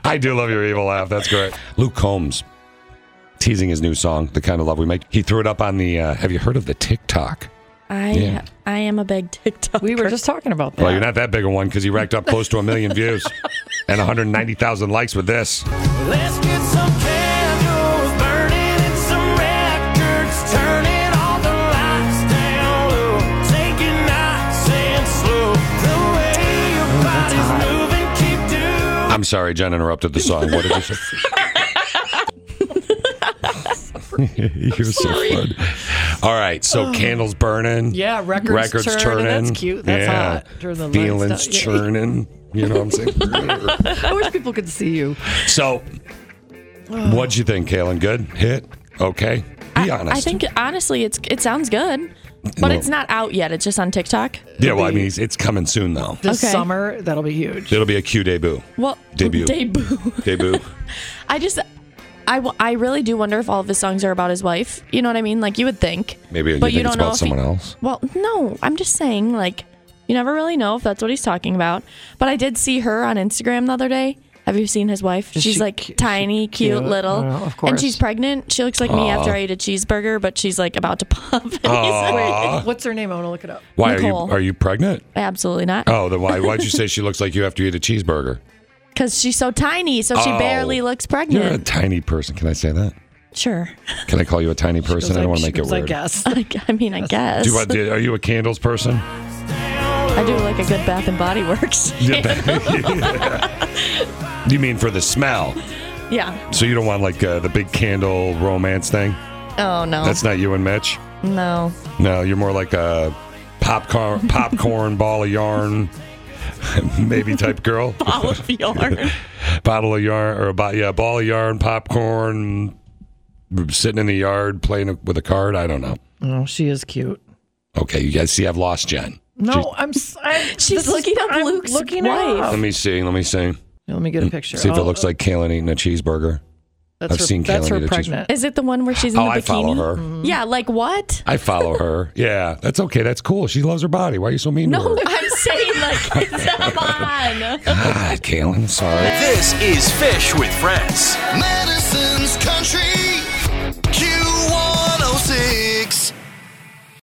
Speaker 2: I do love your evil laugh. That's great. Luke Combs teasing his new song, "The Kind of Love We Make." He threw it up on the. Uh, have you heard of the TikTok?
Speaker 7: I
Speaker 2: Yeah.
Speaker 7: I am a big TikTok.
Speaker 3: We were just talking about that.
Speaker 2: Well, you're not that big a one because he racked up close to a million views and 190,000 likes with this.
Speaker 1: Let's get some candles burning and some records turning all the lights down low. Take it nice and slow. The way your body's moving, keep doing.
Speaker 2: I'm sorry, Jen interrupted the song. What did you say? You're so fun. All right, so candles burning.
Speaker 3: Oh. Yeah, records turning. That's cute. That's hot. Turn the lights
Speaker 2: Feelings
Speaker 3: down. Yeah.
Speaker 2: churning. You know what I'm saying?
Speaker 3: I wish people could see you.
Speaker 2: so, what'd you think, Kaylin? Good? Hit? Okay? Be honest.
Speaker 7: I think honestly, it's it sounds good, but it's not out yet. It's just on TikTok.
Speaker 2: yeah, well, I mean, it's- it's coming soon, though.
Speaker 3: This
Speaker 7: Okay.
Speaker 3: summer, that'll be huge.
Speaker 2: It'll be a Q debut.
Speaker 7: Well,
Speaker 2: Debut.
Speaker 7: Debut.
Speaker 2: Debut.
Speaker 7: I just. I, w- I really do wonder if all of his songs are about his wife. You know what I mean? Like you would think.
Speaker 2: Maybe you
Speaker 7: but you
Speaker 2: think
Speaker 7: don't
Speaker 2: it's
Speaker 7: know
Speaker 2: about
Speaker 7: if
Speaker 2: someone
Speaker 7: he,
Speaker 2: else.
Speaker 7: Well, no, I'm just saying, like, you never really know if that's what he's talking about. But I did see her on Instagram the other day. Have you seen his wife? she's
Speaker 3: she
Speaker 7: like
Speaker 3: cu-
Speaker 7: tiny,
Speaker 3: she
Speaker 7: cute,
Speaker 3: cute?
Speaker 7: little.
Speaker 3: Well, of
Speaker 7: And she's
Speaker 3: course.
Speaker 7: pregnant. She looks like me after I ate a cheeseburger, but she's like about to pop. And he's like,
Speaker 3: What's her name? I want to look it up.
Speaker 2: Why are
Speaker 7: Nicole.
Speaker 2: you are you pregnant?
Speaker 7: absolutely not.
Speaker 2: Oh, then why why'd you say she looks like you after you eat a cheeseburger?
Speaker 7: Because she's so tiny, so she
Speaker 2: Oh.
Speaker 7: barely looks
Speaker 2: You're a
Speaker 7: pregnant.
Speaker 2: tiny person. Can I say that?
Speaker 7: Sure.
Speaker 2: Can I call you a tiny person? I don't want to make it
Speaker 3: I
Speaker 2: weird.
Speaker 3: guess.
Speaker 7: I, I mean, I guess.
Speaker 2: Do you want- do- are you a candles person?
Speaker 7: I do like a good Bath and Body Works. Yeah.
Speaker 2: you mean for the smell? So you don't want like uh, the big candle romance thing?
Speaker 7: Oh, no.
Speaker 2: That's not you and Mitch.
Speaker 7: no.
Speaker 2: No, you're more like a popcorn popcorn ball of yarn, maybe type girl.
Speaker 7: Olive yarn.
Speaker 2: bottle of yarn or a bo- yeah, ball of yarn, popcorn, sitting in the yard playing with a card. I don't know.
Speaker 3: Oh, she is cute.
Speaker 2: Okay, you guys see, I've lost Jen.
Speaker 3: No, I'm. s- I'm this is-
Speaker 7: looking up
Speaker 3: I'm
Speaker 7: Luke's
Speaker 3: looking it
Speaker 7: wife.
Speaker 3: up.
Speaker 2: Let me see. Let me see.
Speaker 3: Let me get a picture.
Speaker 2: See if it
Speaker 3: Oh,
Speaker 2: looks like Kaylin eating a cheeseburger.
Speaker 3: That's
Speaker 2: I've
Speaker 3: her,
Speaker 2: seen
Speaker 3: That's
Speaker 2: Kaylin eat
Speaker 3: her
Speaker 2: a cheese-
Speaker 3: pregnant.
Speaker 7: Is it the one where she's in
Speaker 2: Oh,
Speaker 7: the
Speaker 2: I
Speaker 7: bikini? Mm.
Speaker 2: follow her.
Speaker 7: Yeah, like what?
Speaker 2: I follow her. Yeah, that's okay. That's cool. She loves her body. Why are you so mean
Speaker 7: No,
Speaker 2: to her?
Speaker 7: I'm saying like come on.
Speaker 2: God, Kaylin, sorry.
Speaker 9: This is Fish with Friends.
Speaker 1: Madison's Country oh